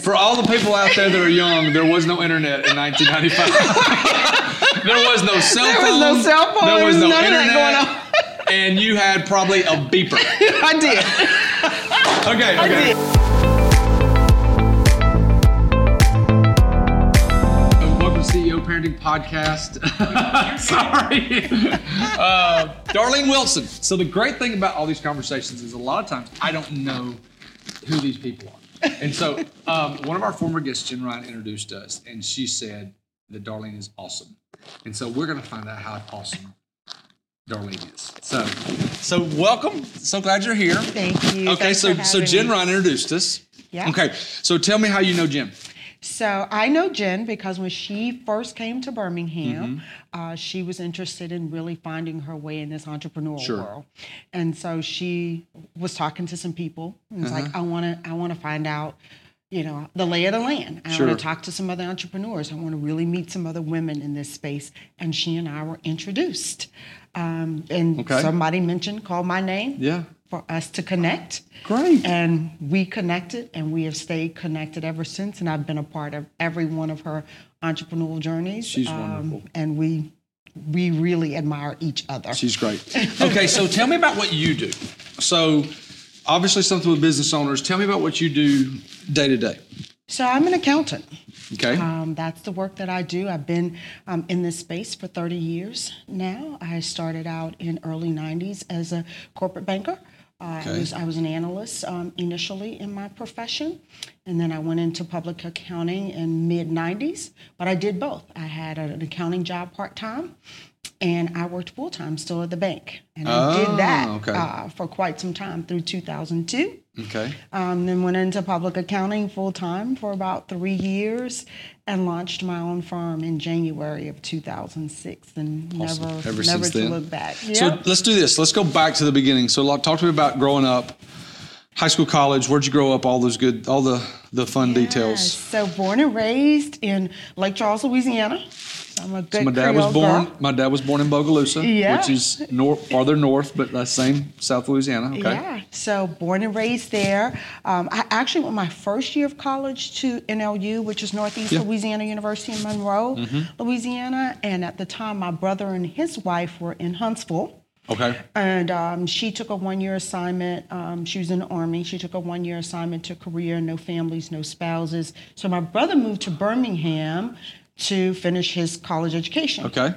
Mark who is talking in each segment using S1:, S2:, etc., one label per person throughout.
S1: For all the people out there that are young, there was no internet in 1995. there was no cell
S2: There was
S1: phone.
S2: no cell phone. There was none of that going
S1: internet, and you had probably a beeper.
S2: I did.
S1: Okay, okay. Welcome to CEO Parenting Podcast. Sorry. uh, Darlene Wilson. So, the great thing about all these conversations is a lot of times I don't know who these people are. And so, um, one of our former guests, Jen Ryan, introduced us, and she said that Darlene is awesome. And so, we're going to find out how awesome Darlene is. So, so welcome. So glad you're here.
S2: Thank you.
S1: Okay,
S2: Thanks
S1: so
S2: for
S1: so
S2: having
S1: Jen
S2: me.
S1: Ryan introduced us.
S2: Yeah.
S1: Okay, so tell me how you know Jen.
S2: So I know Jen because when she first came to Birmingham,
S1: Mm-hmm.
S2: uh, she was interested in really finding her way in this entrepreneurial
S1: Sure.
S2: world, and so she was talking to some people and was
S1: Uh-huh.
S2: like, "I want to, I want to find out." You know, the lay of the land. I
S1: Sure.
S2: want to talk to some other entrepreneurs. I want to really meet some other women in this space. And she and I were introduced. Um, and
S1: Okay.
S2: somebody mentioned, called my name
S1: Yeah.
S2: for us to connect.
S1: Great.
S2: And we connected and we have stayed connected ever since. And I've been a part of every one of her entrepreneurial journeys. um,
S1: She's wonderful.
S2: And we we really admire each other.
S1: She's great. Okay, so tell me about what you do. So obviously something with business owners. Tell me about what you do day to day.
S2: so I'm an accountant.
S1: Okay.
S2: Um, that's the work that I do. I've been um, in this space for 30 years now. I started out in early 90s as a corporate banker. Uh, I,
S1: Okay.
S2: was, I was an analyst um, initially in my profession, and then I went into public accounting in mid 90s. But I did both. I had an accounting job part time, and I worked full time still at the bank. And I
S1: Oh,
S2: did that
S1: okay.
S2: uh, for quite some time through 2002.
S1: okay.
S2: Um, then went into public accounting full time for about three years, and launched my own firm in January of 2006, and
S1: Awesome.
S2: never,
S1: Ever
S2: never
S1: since
S2: to
S1: then.
S2: look back.
S1: So
S2: Yep.
S1: let's do this. Let's go back to the beginning. So like, talk to me about growing up, high school, college. Where'd you grow up? All those good, all the the fun
S2: Yes.
S1: details.
S2: So born and raised in Lake Charles, Louisiana. So I'm a good.
S1: My dad
S2: Creole
S1: was born.
S2: girl.
S1: My dad was born in Bogalusa,
S2: Yeah.
S1: which is nor- farther north, but that's same South Louisiana. Okay.
S2: Yeah. So born and raised there. Um, I actually went my first year of college to NLU, which is Northeast
S1: Yeah. Mm-hmm.
S2: Louisiana University in Monroe, Louisiana. And at the time, my brother and his wife were in Huntsville.
S1: Okay.
S2: And um, she took a one year assignment. Um, she was in the Army. She took a one year assignment to Korea, no families, no spouses. So my brother moved to Birmingham to finish his college education.
S1: Okay.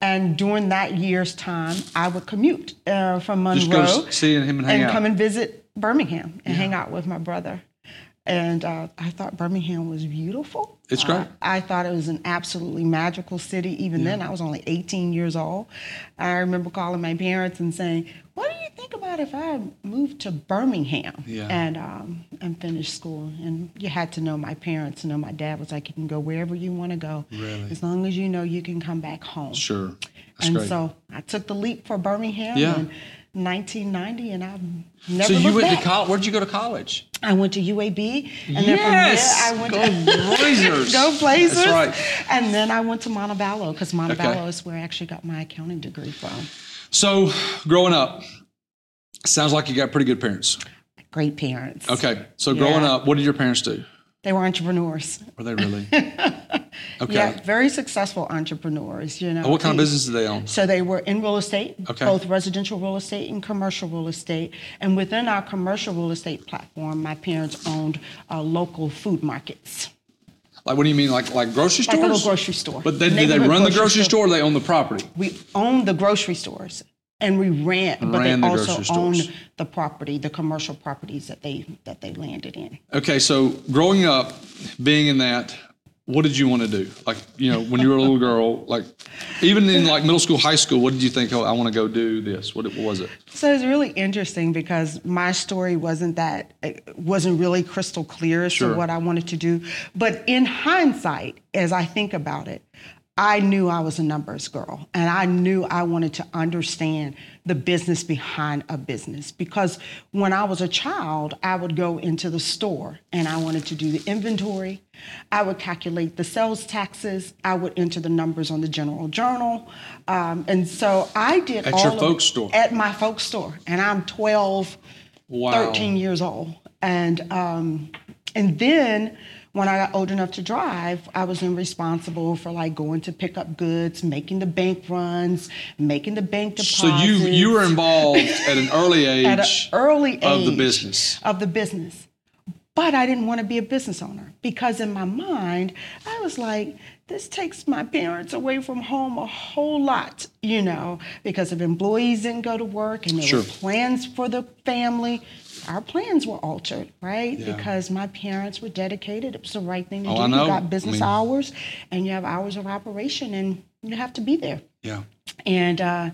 S2: And during that year's time, I would commute uh, from Monroe
S1: Just go s- see him and hang out.
S2: come and visit Birmingham and hang out with my brother. And uh, I thought Birmingham was beautiful.
S1: It's
S2: Uh,
S1: great.
S2: I thought it was an absolutely magical city. Even then, I was only 18 years old. I remember calling my parents and saying, "What do you think about if I moved to Birmingham
S1: Yeah.
S2: and um, and finished school?" And you had to know my parents. You know, my dad was like, "You can go wherever you want to go,
S1: Really?
S2: as long as you know you can come back home."
S1: Sure. That's
S2: and
S1: great.
S2: so I took the leap for Birmingham
S1: Yeah.
S2: in 1990, and I've never
S1: So you
S2: looked
S1: went
S2: back.
S1: to college. Where'd you go to college?
S2: I went to UAB, and then from there I went to
S1: go Blazers.
S2: Go Blazers.
S1: That's right.
S2: And then I went to Montebello because Montebello
S1: Okay.
S2: is where I actually got my accounting degree from.
S1: So growing up, sounds like you got pretty good parents.
S2: Great parents.
S1: Okay. So growing
S2: Yeah.
S1: up, what did your parents do?
S2: They were entrepreneurs.
S1: Were they really? Okay.
S2: Yeah, very successful entrepreneurs. You know.
S1: What kind of
S2: They-
S1: business did they own?
S2: So they were in real estate,
S1: Okay.
S2: both residential real estate and commercial real estate. And within our commercial real estate platform, my parents owned uh, local food markets,
S1: Like, what do you mean? Like, like grocery
S2: like
S1: stores?
S2: a little grocery store.
S1: But then, did they
S2: neighborhood
S1: run the grocery store? or They own the property.
S2: We owned the grocery stores and we ran, but
S1: Ran
S2: they
S1: the
S2: also
S1: grocery stores.
S2: owned the property, the commercial properties that they that they landed in.
S1: Okay. So growing up, being in that. What did you want to do? Like, you know, when you were a little girl, like, even in like middle school, high school, what did you think? Oh, I want to go do this. What, what was it?
S2: So it's really interesting because my story wasn't that it wasn't really crystal clear as
S1: Sure.
S2: to what I wanted to do. But in hindsight, as I think about it, I knew I was a numbers girl and I knew I wanted to understand the business behind a business because when I was a child, I would go into the store and I wanted to do the inventory. I would calculate the sales taxes. I would enter the numbers on the general journal. Um, and so I did
S1: At your
S2: all of-
S1: folks' store?
S2: At my folks' store. And I'm 12,
S1: Wow.
S2: 13 years old. And um, and then when I got old enough to drive, I was then responsible for like going to pick up goods, making the bank runs, making the bank deposits.
S1: So you you were involved at an early age
S2: at an early age
S1: of the business.
S2: of the business. But I didn't want to be a business owner because in my mind, I was like, this takes my parents away from home a whole lot, you know, because if employees didn't go to work and there
S1: Sure.
S2: were plans for the family, our plans were altered, right?
S1: Yeah.
S2: Because my parents were dedicated. It was the right thing to
S1: Oh,
S2: do.
S1: I know.
S2: You
S1: I
S2: got business
S1: mean-
S2: hours and you have hours of operation and you have to be there
S1: Yeah.
S2: and uh,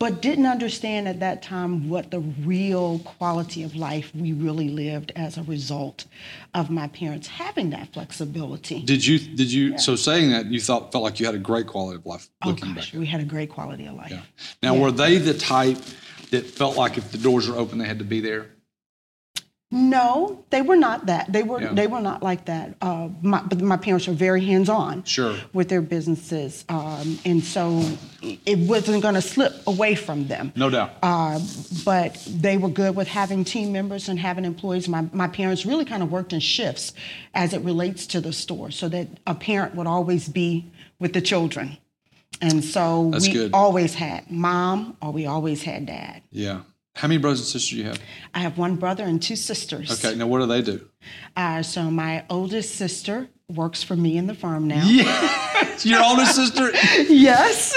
S2: but didn't understand at that time what the real quality of life we really lived as a result of my parents having that flexibility.
S1: Did you did you so saying that you thought felt like you had a great quality of life
S2: oh
S1: looking
S2: gosh,
S1: back.
S2: we had a great quality of life.
S1: Yeah. Now were they the type that felt like if the doors were open they had to be there?
S2: No, they were not that. They were
S1: Yeah.
S2: they were not like that. Uh, my, but my parents were very hands on
S1: Sure.
S2: with their businesses, um, and so it wasn't going to slip away from them.
S1: No doubt.
S2: Uh, but they were good with having team members and having employees. My, my parents really kind of worked in shifts as it relates to the store, so that a parent would always be with the children. And so
S1: That's
S2: we
S1: good.
S2: always had mom, or we always had dad.
S1: yeah. How many brothers and sisters do you have?
S2: I have one brother and two sisters.
S1: Okay, now what do they do?
S2: Uh, so my oldest sister works for me in the farm now.
S1: Yeah. Your older sister?
S2: Yes.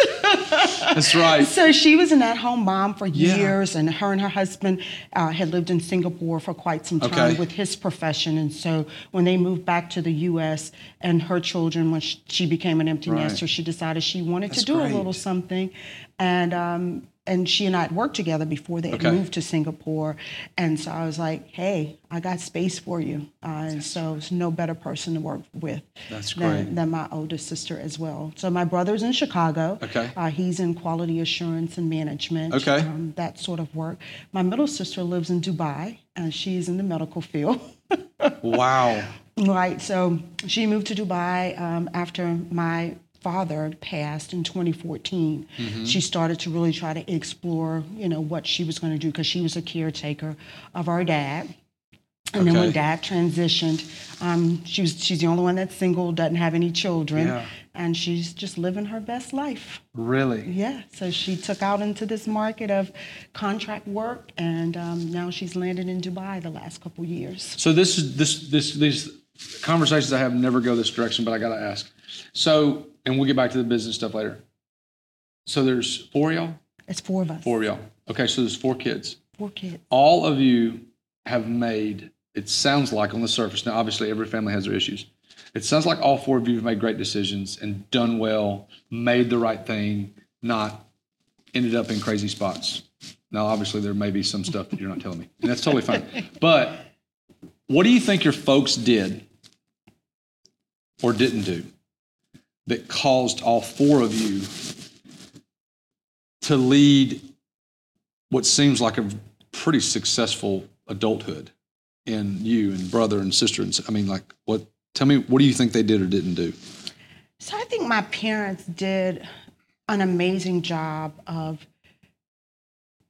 S1: That's right.
S2: So she was an at-home mom for
S1: Yeah.
S2: years, and her and her husband uh, had lived in Singapore for quite some time
S1: Okay.
S2: with his profession. And so when they moved back to the U.S. and her children, when she, she became an empty
S1: Right.
S2: nester, she decided she wanted
S1: That's
S2: to do
S1: great.
S2: a little something, and. Um, and she and I had worked together before they had
S1: Okay.
S2: moved to Singapore. And so I was like, hey, I got space for you. Uh, and so it's no better person to work with
S1: That's
S2: than,
S1: great.
S2: than my older sister as well. So my brother's in Chicago.
S1: Okay.
S2: Uh, he's in quality assurance and management.
S1: Okay.
S2: Um, that sort of work. My middle sister lives in Dubai, and she's in the medical field.
S1: Wow.
S2: right. So she moved to Dubai um, after my father passed in 2014.
S1: Mm-hmm.
S2: She started to really try to explore, you know, what she was going to do because she was a caretaker of our dad. And then when
S1: Okay.
S2: dad transitioned, um, she was, she's the only one that's single, doesn't have any children,
S1: Yeah.
S2: and she's just living her best life.
S1: Really?
S2: Yeah, so she took out into this market of contract work, and um, now she's landed in Dubai the last couple years.
S1: So this is this this these conversations I have never go this direction, but I gotta ask. So and we'll get back to the business stuff later. So there's four of y'all?
S2: It's four of us,
S1: Four of y'all. Okay, so there's four kids.
S2: four kids.
S1: All of you have made, it sounds like on the surface, now obviously every family has their issues. It sounds like all four of you have made great decisions and done well, made the right thing, not ended up in crazy spots. Now, obviously, there may be some stuff that you're not telling me, and that's totally fine. But what do you think your folks did or didn't do that caused all four of you to lead what seems like a pretty successful adulthood in you and brother and sister? And s- I mean, like, what? Tell me, what do you think they did or didn't do?
S2: So I think my parents did an amazing job of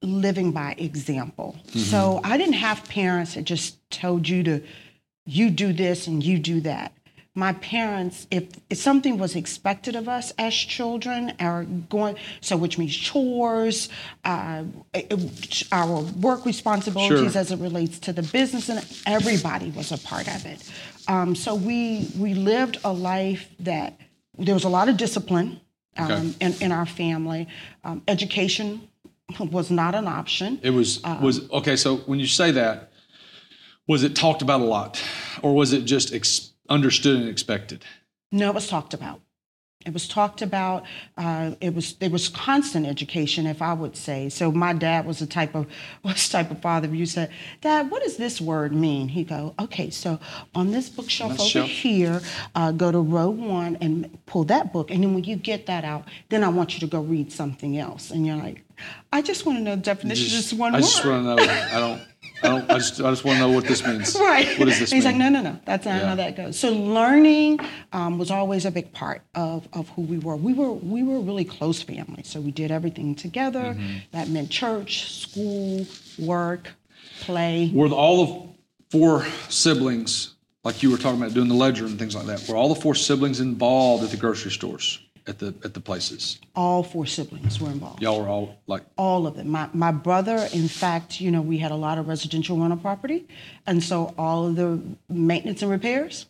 S2: living by example. So I didn't have parents that just told you to you do this and you do that. My parents, if, if something was expected of us as children, our going so which means chores, uh, it- our work responsibilities
S1: Sure.
S2: as it relates to the business, and everybody was a part of it. Um, so we we lived a life that there was a lot of discipline um,
S1: Okay.
S2: in, in our family. Um, education was not an option.
S1: It was
S2: Uh-uh.
S1: was okay. So when you say that, was it talked about a lot, or was it just ex- understood and expected?
S2: No, it was talked about. It was talked about. Uh, it was there was constant education, if I would say. So my dad was the type of was the type of father who you said, "Dad, what does this word mean?" He go, "Okay, so on this bookshelf
S1: This
S2: over
S1: shelf.
S2: here, uh, go to row one and pull that book, and then when you get that out, then I want you to go read something else." And you're like, "I just want to know the definition of this one
S1: I
S2: word."
S1: just want to know. I don't. I don't. I just. I just want to know what this means.
S2: Right.
S1: What does this
S2: He's
S1: mean?
S2: like, no, no, no. That's not
S1: Yeah.
S2: how that goes. So learning um, was always a big part of, of who we were. We were we were a really close family. So we did everything together.
S1: Mm-hmm.
S2: That meant church, school, work, play.
S1: Were all of four siblings like you were talking about doing the ledger and things like that. Were all the four siblings involved at the grocery stores at the at the places?
S2: All four siblings were involved.
S1: Y'all were all like
S2: all of them. My, my brother, in fact, you know, we had a lot of residential rental property. And so all of the maintenance and repairs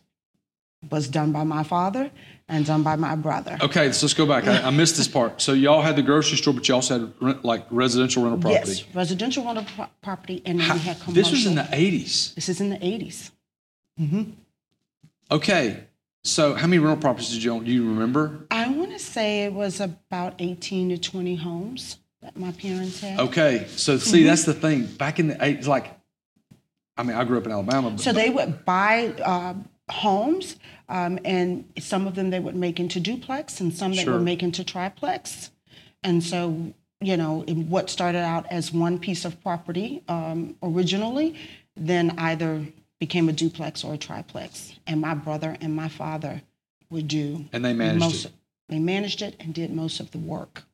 S2: was done by my father and done by my brother.
S1: okay. Let's just go back. I, I missed this part. So y'all had the grocery store, but you also had rent, like residential rental property.
S2: Yes, residential rental pro- property, and then we had commercial.
S1: This was in the eighties.
S2: This is in the eighties.
S1: Okay. So how many rental properties did you own? Do you remember?
S2: I want to say it was about eighteen to twenty homes that my parents had.
S1: Okay. So see,
S2: Mm-hmm.
S1: that's the thing. Back in the eighties, like, I mean, I grew up in Alabama. But
S2: So they would buy uh, homes, um, and some of them they would make into duplex, and some they
S1: Sure.
S2: would make into triplex. And so, you know, in what started out as one piece of property um, originally, then either became a duplex or a triplex. And my brother and my father would do.
S1: And they managed
S2: most,
S1: it.
S2: They managed it and did most of the work.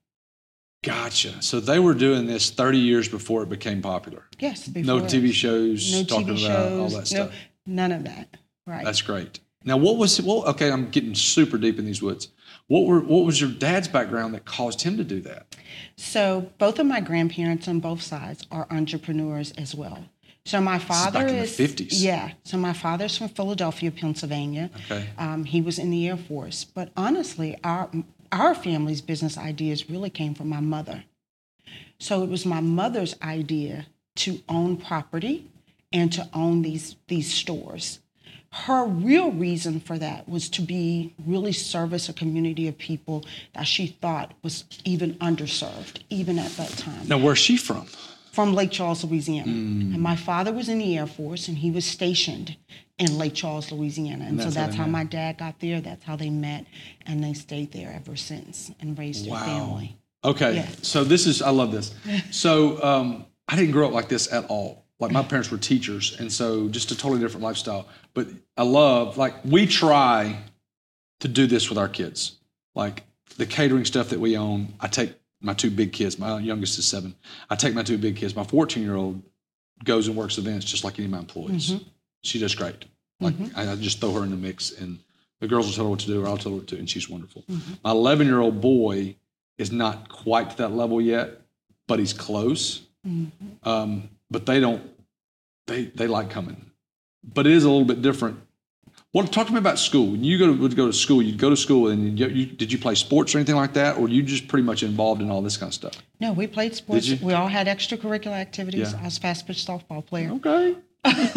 S1: Gotcha. So they were doing this 30 years before it became popular.
S2: Yes.
S1: No
S2: before-
S1: TV shows
S2: no
S1: talking
S2: TV
S1: about all
S2: shows,
S1: that
S2: no-
S1: stuff.
S2: none of that. Right.
S1: That's great. Now, what was well? Okay, I'm getting super deep in these woods. What were what was your dad's background that caused him to do that?
S2: So both of my grandparents on both sides are entrepreneurs as well. So my father
S1: back in the 50s.
S2: yeah. So my father's from Philadelphia, Pennsylvania.
S1: Okay.
S2: Um, he was in the Air Force, but honestly, our our family's business ideas really came from my mother. So it was my mother's idea to own property and to own these these stores. Her real reason for that was to be really service a community of people that she thought was even underserved, even at that time
S1: Now, where's she from?
S2: from Lake Charles, Louisiana. And my father was in the Air Force and he was stationed in Lake Charles, Louisiana. And so that's how my dad got there. That's how they met. And they stayed there ever since and raised their family.
S1: Okay,
S2: Yeah.
S1: so this is I love this. So um, I didn't grow up like this at all. Like my parents were teachers, and so just a totally different lifestyle. But I love like we try to do this with our kids. Like the catering stuff that we own, I take my two big kids. My youngest is seven. I take my two big kids. My 14 year old goes and works events just like any of my employees. She does great. Like I, I just throw her in the mix, and the girls will tell her what to do, or I'll tell her what to do, and she's wonderful. My 11 year old boy is not quite to that level yet, but he's close.
S2: Mm-hmm.
S1: Um, but they don't. They they like coming, but it is a little bit different. Well, talk to me about school. When you go to, would go to school, you'd go to school, and you, you, did you play sports or anything like that, or were you just pretty much involved in all this kind of stuff?
S2: No, we played sports.
S1: you?
S2: We all had extracurricular activities.
S1: Yeah.
S2: I was a fast pitch softball player.
S1: Okay.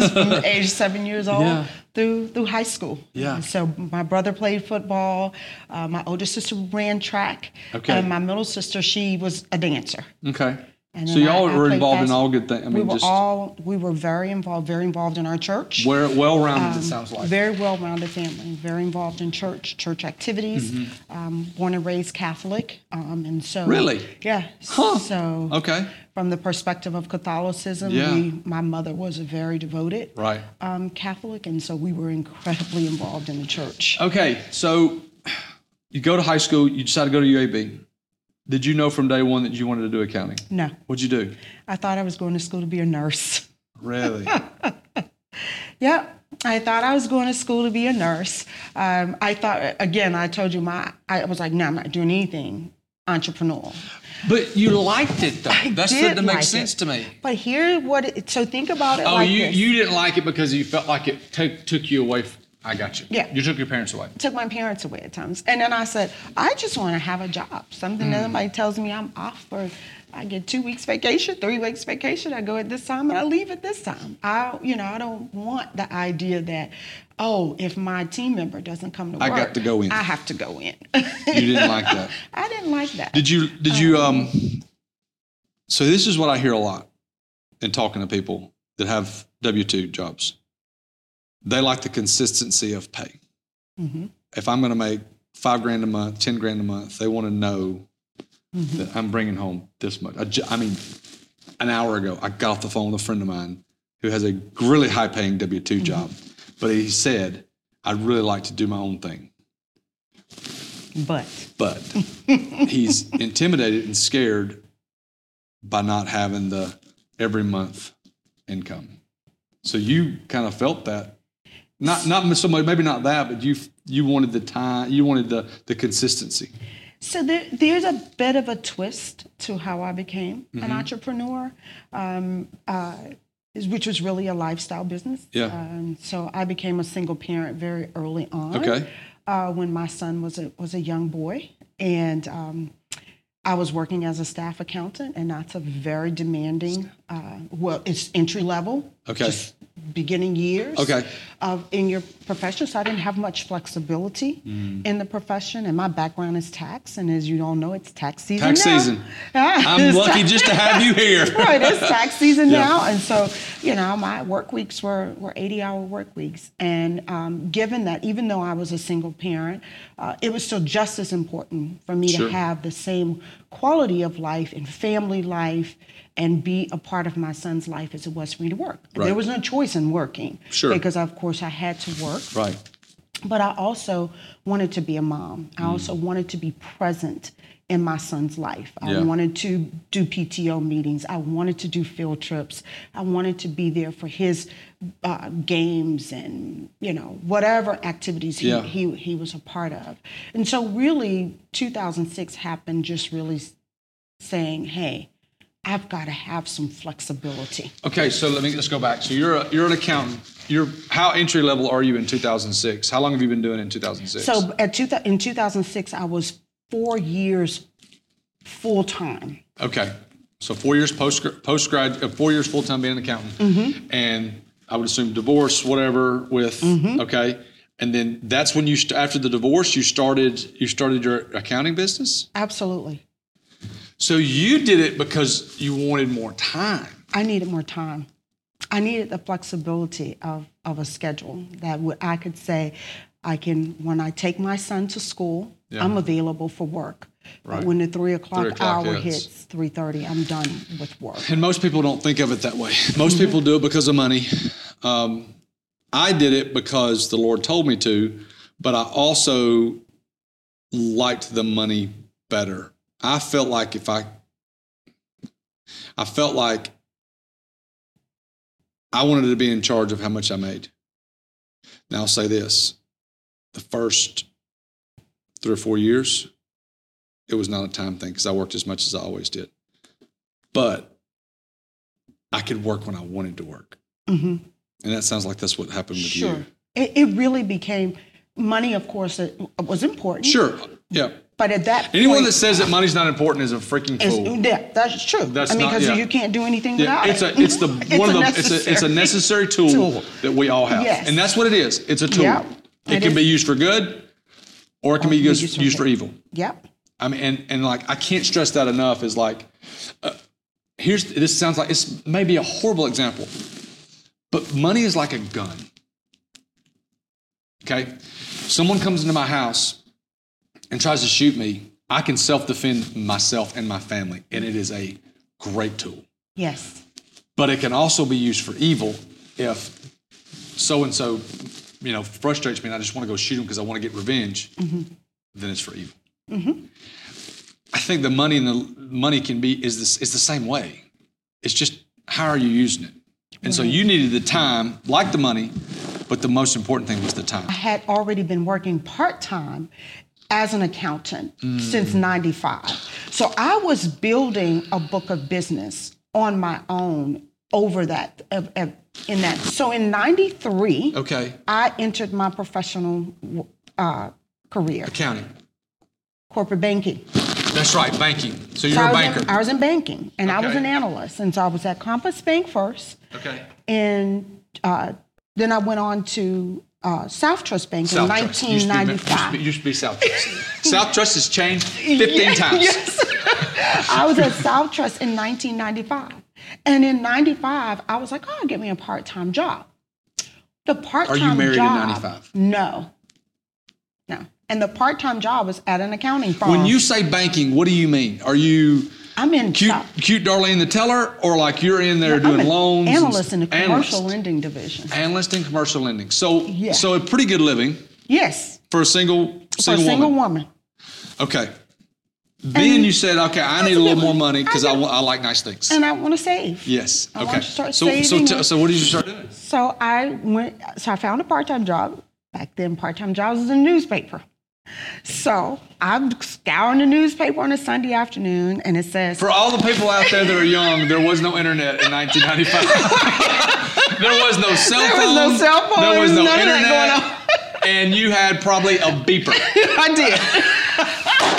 S2: from age seven years old
S1: Yeah.
S2: through through high school.
S1: Yeah.
S2: And so my brother played football. Uh, my older sister ran track.
S1: Okay.
S2: And my middle sister, she was a dancer.
S1: Okay.
S2: And
S1: so
S2: then
S1: y'all
S2: I- I
S1: were
S2: played
S1: involved in
S2: bas-
S1: all good things. I mean,
S2: we were
S1: just
S2: all we were very involved, very involved in our church.
S1: where well rounded. it sounds like.
S2: um, Very well-rounded family, very involved in church, church activities. Um, born and raised Catholic, um, and so
S1: Mm-hmm. Really?
S2: yeah.
S1: Huh.
S2: So
S1: Okay.
S2: from the perspective of Catholicism,
S1: Yeah.
S2: we, my mother was a very devoted
S1: Right.
S2: um, Catholic, and so we were incredibly involved in the church.
S1: Okay, so you go to high school, you decide to go to UAB. Did you know from day one that you wanted to do accounting?
S2: No,
S1: What'd you do?
S2: I thought I was going to school to be a nurse.
S1: Really?
S2: Yep. I thought I was going to school to be a nurse. Um, I thought, again, I told you my, I was like, no, I'm not doing anything entrepreneurial.
S1: but you liked it though. That's
S2: did
S1: what that makes
S2: like
S1: sense
S2: it.
S1: to me.
S2: But here, what, it, so think about it
S1: Oh,
S2: like
S1: you
S2: this.
S1: you didn't like it because you felt like it took took you away. From, I got you.
S2: Yeah.
S1: You took your parents away.
S2: took my parents away at times. And then I said, I just want to have a job. Something
S1: Mm.
S2: that somebody tells me I'm off for. I get two weeks vacation, three weeks vacation. I go at this time and I leave at this time. I, you know, I don't want the idea that, oh, if my team member doesn't come to
S1: I
S2: work,
S1: got to go in.
S2: I have to go in.
S1: You didn't like that.
S2: I didn't like that.
S1: Did you did you um so this is what I hear a lot in talking to people that have W two jobs. They like the consistency of pay. If I'm going to make five grand a month, ten grand a month, they want to know that I'm bringing home this much. I, ju- I mean, an hour ago, I got off the phone with a friend of mine who has a really high paying W two job, but he said, "I'd really like to do my own thing."
S2: but
S1: but he's intimidated and scared by not having the every month income. So you kind of felt that Not not so much, maybe not that, but you you wanted the time, you wanted the the consistency.
S2: So there, there's a bit of a twist to how I became
S1: Mm-hmm.
S2: an entrepreneur, um, uh, is- which was really a lifestyle business.
S1: Yeah.
S2: Um, so I became a single parent very early on.
S1: Okay.
S2: Uh, when my son was a was a young boy, and um, I was working as a staff accountant, and that's a very demanding. Uh, well, it's entry level.
S1: Okay.
S2: Just beginning years
S1: Okay.
S2: of in your profession. So I didn't have much flexibility
S1: Mm.
S2: in the profession, and my background is tax. And as you all know, it's tax season.
S1: Tax
S2: now.
S1: season.
S2: Ah,
S1: I'm
S2: it's
S1: lucky
S2: tax-
S1: just to have you here.
S2: right, it's tax season
S1: Yeah.
S2: now, and so you know my work weeks were were 80 hour work weeks. And um, given that, even though I was a single parent, uh, it was still just as important for me
S1: Sure.
S2: to have the same quality of life and family life. And be a part of my son's life as it was for me to work.
S1: Right.
S2: There was no choice in working
S1: Sure.
S2: because, of course, I had to work
S1: Right.
S2: but I also wanted to be a mom.
S1: Mm.
S2: I also wanted to be present in my son's life. I
S1: Yeah.
S2: wanted to do PTO meetings. I wanted to do field trips. I wanted to be there for his uh, games and you know whatever activities he,
S1: Yeah.
S2: he he was a part of. And so really, 2006 happened just really s- saying, "Hey, I've got to have some flexibility."
S1: Okay, so let me let's go back. So you're a, you're an accountant. You're how entry level are you in 2006? How long have you been doing it in 2006?
S2: So at two, in 2006, I was four years full time.
S1: okay, so four years post post grad, uh, four years full time being an accountant, and I would assume divorce, whatever. With okay, and then that's when you st- after the divorce you started you started your accounting business.
S2: Absolutely.
S1: So you did it because you wanted more time.
S2: I needed more time. I needed the flexibility of, of a schedule that would, I could say, I can, when I take my son to school, I'm available for work.
S1: Right.
S2: But when the three o'clock,
S1: Three o'clock
S2: hour
S1: hits.
S2: hits, 3.30, I'm done with work.
S1: And most people don't think of it that way. Most people do it because of money. Um, I did it because the Lord told me to, but I also liked the money better. I felt like if I, I felt like I wanted to be in charge of how much I made. Now I'll say this: the first three or four years, it was not a time thing because I worked as much as I always did, but I could work when I wanted to work. Mm-hmm.
S2: hmm
S1: And that sounds like that's what happened with
S2: Sure.
S1: you.
S2: It, it really became, money, of course, it, was important.
S1: Sure. Yeah.
S2: But at that
S1: Anyone
S2: point,
S1: that says that money's not important is a freaking
S2: It's,
S1: fool.
S2: yeah, that's true.
S1: That's
S2: I mean,
S1: not-
S2: because
S1: yeah.
S2: you can't do anything
S1: Yeah,
S2: without
S1: it's
S2: it.
S1: a it's the one of the it's a it's a
S2: necessary.
S1: necessary tool,
S2: tool.
S1: that we all have,
S2: Yes.
S1: and that's what it is. It's a tool.
S2: Yeah,
S1: it,
S2: it
S1: can
S2: is.
S1: be used for good, or it can be used, used,
S2: used
S1: for
S2: for bad.
S1: evil.
S2: Yep.
S1: I mean, and and like I can't stress that enough. Is like, uh, here's this sounds like it's maybe a horrible example, but money is like a gun. Okay, someone comes into my house and tries to shoot me. I can self defend myself and my family, and it is a great tool.
S2: Yes.
S1: But it can also be used for evil if so and so, you know, frustrates me and I just want to go shoot him because I want to get revenge. Then it's for evil. I think the money and the money can be is this is the same way. It's just how are you using it. And so you needed the time, like the money, but the most important thing was the time.
S2: I had already been working part time as an accountant
S1: Mm.
S2: since 95. So I was building a book of business on my own over that of- of- in that. So in 93,
S1: Okay,
S2: I entered my professional uh, career,
S1: accounting.
S2: corporate banking.
S1: That's right, banking. So you're
S2: So
S1: a
S2: I was in-
S1: banker.
S2: I was in banking and I was
S1: Okay.
S2: an analyst. And so I was at Compass Bank first.
S1: okay.
S2: And uh, then I went on to uh, South Trust Bank in
S1: South Trust. Used to be-
S2: 1995.
S1: Used to be South Trust. South Trust has changed 15 times.
S2: Yes. I was at South Trust in 1995. And in 95, I was like, oh, get me a part time job. The part time job.
S1: married in 95?
S2: No. No. And the part time job was at an accounting firm.
S1: When you say banking, what do you mean? Are you
S2: I'm in
S1: cute,
S2: South-
S1: cute Darlene the teller, or like you're in there
S2: I'm
S1: doing
S2: an
S1: loans? and-
S2: Analyst in the commercial
S1: analyst,
S2: lending division.
S1: analyst in commercial lending. So,
S2: Yeah.
S1: so a pretty good living
S2: Yes.
S1: for a single
S2: For a
S1: single,
S2: single
S1: woman.
S2: woman.
S1: Okay, Then
S2: And-
S1: you said, okay, I need a little more money because I, wa- I like nice things.
S2: and I want to save.
S1: Yes.
S2: I want
S1: okay.
S2: to start
S1: so so
S2: saving
S1: t-
S2: up.
S1: so what did you start doing?
S2: So I went, so I found a part time job. Back then, part time jobs was a newspaper. So I'm scouring the newspaper on a Sunday afternoon and it says,
S1: For all the people out there that are young, there was no internet in 1995. there was no cell
S2: There
S1: phone.
S2: was no cell phone.
S1: There
S2: There
S1: was
S2: was
S1: no
S2: none of that
S1: internet.
S2: going on.
S1: and you had probably a beeper.
S2: I did.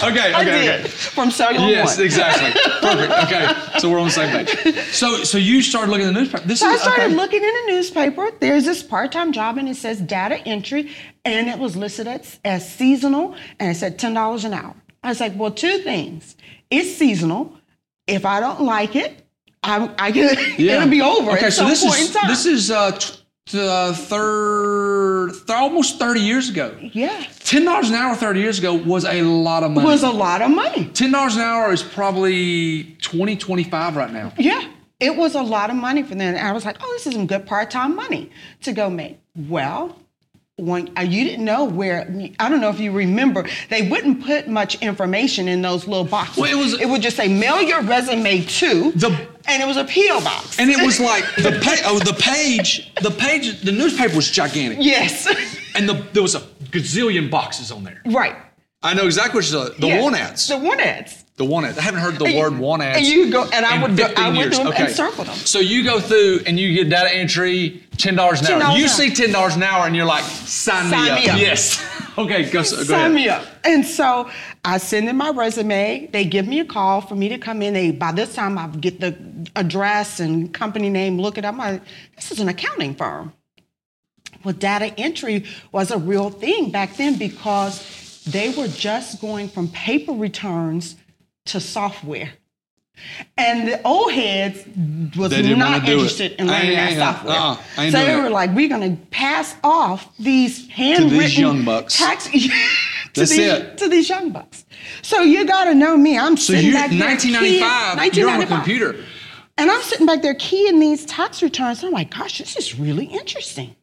S1: Okay. Okay.
S2: I did.
S1: Okay.
S2: From cellular
S1: Yes,
S2: one.
S1: exactly. Perfect. Okay, so we're on the same page. So, so you started looking at the newspaper. This
S2: So I
S1: is
S2: started
S1: okay.
S2: looking in the newspaper. There's this part-time job, and it says data entry, and it was listed as, as seasonal, and it said ten dollars an hour. I was like, well, two things: it's seasonal. If I don't like it, I, I can, it'll be over
S1: Okay,
S2: at
S1: so
S2: some
S1: this
S2: point
S1: is
S2: in time.
S1: this is uh, t- uh third, th- almost thirty years ago.
S2: yeah,
S1: Ten dollars an hour thirty years ago was a lot of money.
S2: was a lot of money.
S1: Ten dollars an hour is probably 20, 25 right now.
S2: Yeah, it was a lot of money for them. And I was like, oh, this is some good part-time money to go make. Well, when uh, you didn't know where, I don't know if you remember, they wouldn't put much information in those little boxes.
S1: Well, it was-
S2: would just say mail your resume to,
S1: The-
S2: and it was a PO box.
S1: And it was like the pa- oh, the page, the page, the newspaper was gigantic,
S2: yes,
S1: and the, there was a gazillion boxes on there.
S2: right.
S1: I know exactly what you're talking- the
S2: Yes.
S1: one ads.
S2: The one ads.
S1: The one ads. I haven't heard the word one ads.
S2: And you go, and I
S1: in
S2: would go,
S1: 15
S2: I went
S1: years.
S2: through them
S1: okay.
S2: and circled them.
S1: So you go through and you get data entry, ten dollars an hour.
S2: $10
S1: You
S2: an
S1: see
S2: hour.
S1: ten dollars an hour, and you're like, sign,
S2: Sign me up.
S1: Yes. okay, go, go ahead.
S2: Sign me up. And so I send in my resume. They give me a call for me to come in. They by this time I get the address and company name. Look it up. I'm like, this is an accounting firm. Well, data entry was a real thing back then because they were just going from paper returns to software. And the old heads was
S1: They didn't
S2: not
S1: wanna do it.
S2: interested in
S1: I ain't-
S2: learning
S1: I
S2: that
S1: ain't-
S2: software.
S1: uh-uh. I ain't
S2: so
S1: doing
S2: they
S1: it.
S2: were like, we're going to pass off these handwritten
S1: young bucks.
S2: tax to
S1: That's
S2: these,
S1: it.
S2: To these young bucks. So you got to know me. I'm
S1: So
S2: sitting
S1: you,
S2: back there.
S1: 1995,
S2: keying-
S1: you're on a
S2: 1995.
S1: computer.
S2: And I'm sitting back there keying these tax returns. I'm like, gosh, this is really interesting.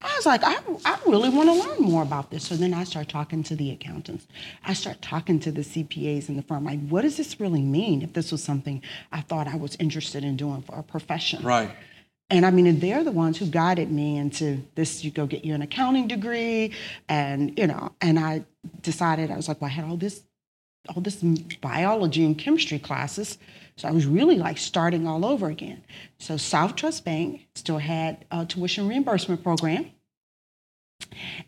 S2: I was like, I, I really want to learn more about this. So then I start talking to the accountants. I start talking to the CPAs in the firm. Like, what does this really mean if this was something I thought I was interested in doing for a profession?
S1: Right.
S2: And I mean, and they're the ones who guided me into this. You go get you an accounting degree, and you know. And I decided I was like, well, I had all this, all this m- biology and chemistry classes, so I was really like starting all over again. So South Trust Bank still had a tuition reimbursement program,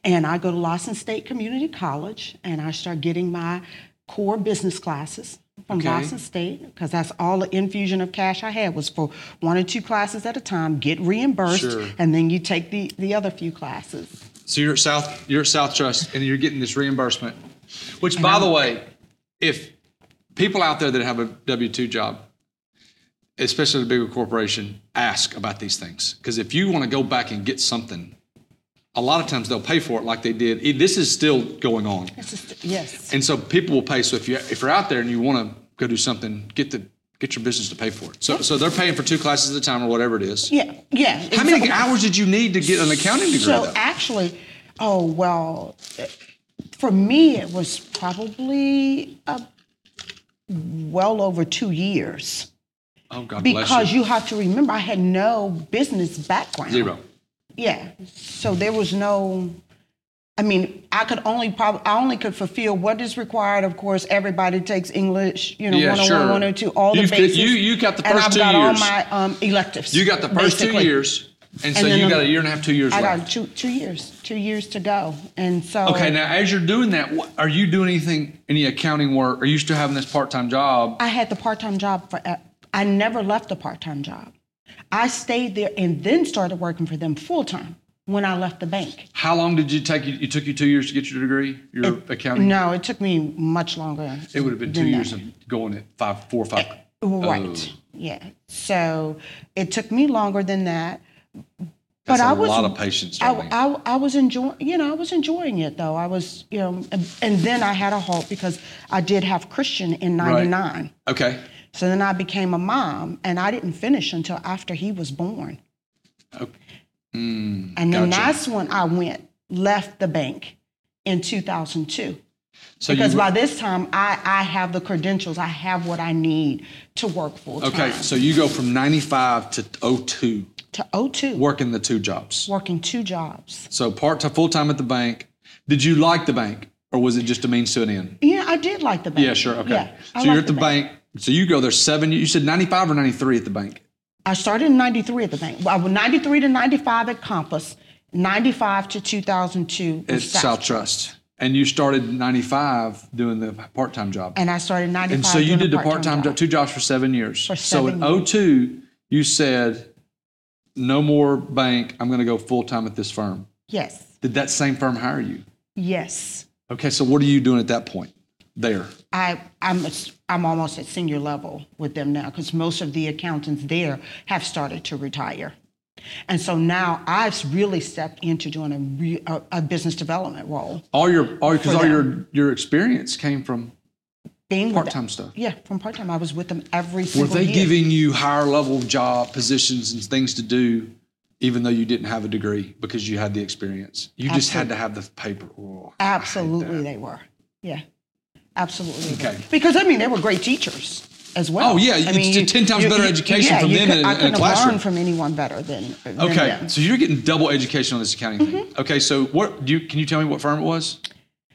S2: and I go to Lawson State Community College, and I start getting my core business classes from
S1: Okay.
S2: Lawson State because that's all the infusion of cash I had was for one or two classes at a time, get reimbursed,
S1: Sure.
S2: and then you take the, the other few classes.
S1: So you're at South, you're at South Trust, and you're getting this reimbursement. Which, by the way, if people out there that have a W two job, especially at a bigger corporation, ask about these things because if you want to go back and get something, a lot of times they'll pay for it like they did. It- This is still going on,
S2: It's just- yes.
S1: and so people will pay. So if you if you're out there and you want to go do something, get the get your business to pay for it. So so they're paying for two classes at a time or whatever it is.
S2: Yeah, yeah.
S1: How many hours did you need to get an accounting degree?
S2: So
S1: though?
S2: actually, oh, well, for me, it was probably uh, well over two years
S1: oh God
S2: because
S1: bless you.
S2: you have to remember I had no business background.
S1: Zero.
S2: Yeah. So there was no. I mean, I could only probably I only could fulfill what is required. Of course, everybody takes English, you know,
S1: Yeah,
S2: 101,
S1: sure.
S2: 102, all
S1: You've got-
S2: the basics.
S1: you- you got the
S2: and
S1: first
S2: I've
S1: two
S2: got
S1: years.
S2: all my um, electives.
S1: You got the first
S2: basically.
S1: two years, and so
S2: And then
S1: you
S2: the-
S1: got a year and a half, two years
S2: I got
S1: left.
S2: two two years, two years to go, and so
S1: Okay, now as you're doing that, what, are you doing anything, any accounting work? Are you still having this part-time job?
S2: I had the part time job for. uh, I never left the part time job. I stayed there and then started working for them full time when I left the bank.
S1: How long did you take? You, it took you two years to get your degree, your accounting.
S2: No, it took me much longer.
S1: it would have been two
S2: than that.
S1: years of going at five, four or five.
S2: Uh,
S1: Um,
S2: Right. Yeah. So it took me longer than that.
S1: That's
S2: but
S1: a
S2: I was
S1: lot of patience,
S2: I,
S1: darling.
S2: I, I was enjoying, you know, I was enjoying it though. I was, you know, and, and then I had a halt because I did have Christian in '99.
S1: Oh. Okay.
S2: So then I became a mom, and I didn't finish until after he was born.
S1: Oh, mm,
S2: And
S1: gotcha.
S2: then that's when I went, left the bank in 2002.
S1: So
S2: because
S1: you,
S2: by this time, I, I have the credentials. I have what I need to work full time.
S1: okay, so you go from 95 to 02,
S2: To O2,
S1: working the two jobs.
S2: working two jobs.
S1: So part to full time at the bank. Did you like the bank, or was it just a means to an end?
S2: Yeah, I did like the bank.
S1: Yeah, sure. Okay.
S2: Yeah, I
S1: so you're
S2: liked
S1: at the bank. So you go there seven. You said 95 or 93 at the bank.
S2: I started in 93 at the bank. Well, I was 93 to 95 at Compass, 95 to 2002
S1: at
S2: was
S1: South,
S2: South.
S1: Trust, and you started in '95 doing the part-time job.
S2: And I started 95.
S1: And so you
S2: doing
S1: did
S2: a
S1: the part-time job.
S2: job.
S1: two jobs for seven years.
S2: For seven
S1: so in
S2: years.
S1: '02, you said, "No more bank. I'm going to go full-time at this firm."
S2: Yes,
S1: Did that same firm hire you?
S2: yes.
S1: Okay. So what are you doing at that point? There.
S2: I, I'm, s- I'm almost at senior level with them now because most of the accountants there have started to retire. And so now I've really stepped into doing a, re, a, a business development role.
S1: All your all because
S2: For
S1: all your
S2: them.
S1: your experience came from
S2: Being with them.
S1: part-time stuff.
S2: Yeah, from part time. I was with them every
S1: Were
S2: single
S1: they
S2: year.
S1: giving you higher level job positions and things to do, even though you didn't have a degree because you had the experience? You just had to have the paper. Oh, I hate
S2: Absolutely,
S1: that.
S2: they were. Yeah, absolutely. they were.
S1: Okay.
S2: Because I mean, they were great teachers as well.
S1: Oh, yeah,
S2: I
S1: it's
S2: mean,
S1: a 10 times better education from
S2: you
S1: them in a- in
S2: I
S1: a
S2: couldn't have
S1: classroom.
S2: learned from anyone better than, than
S1: Okay,
S2: them.
S1: so you're getting double education on this accounting thing. Okay, so what do you can you tell me what firm it was?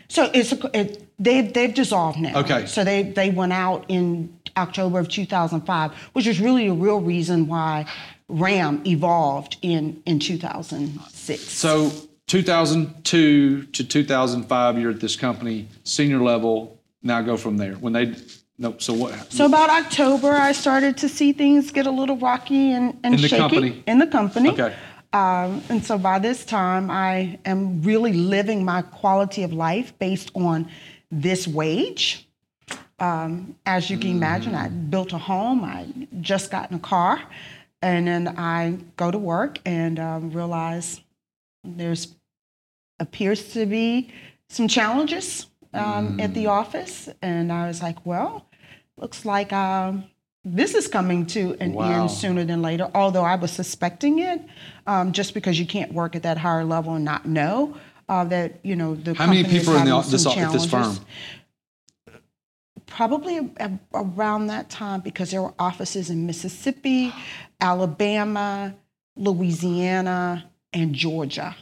S2: So it's a, it, they've they've dissolved now.
S1: Okay.
S2: So they they went out in October of 2005, which is really a real reason why RAM evolved in in 2006.
S1: So 2002 to 2005, you're at this company, senior level. Now go from there. When they no, so what? happened?
S2: So about October, I started to see things get a little rocky and, and
S1: In the
S2: shaky
S1: company?
S2: in the company.
S1: Okay.
S2: Um, and so by this time, I am really living my quality of life based on this wage. Um, as you can imagine,
S1: Mm.
S2: I built a home, I just got in a car, and then I go to work and um, realize there's appears to be some challenges um, at the office. And I was like, well, looks like um, this is coming to an
S1: Wow.
S2: end sooner than later, although I was suspecting it um, just because you can't work at that higher level and not know. Uh, that you know the
S1: How many
S2: company is
S1: people are in the,
S2: having
S1: o- this,
S2: some
S1: o- at this firm?
S2: challenges. Probably a- a- around that time because there were offices in Mississippi, Alabama, Louisiana, and Georgia.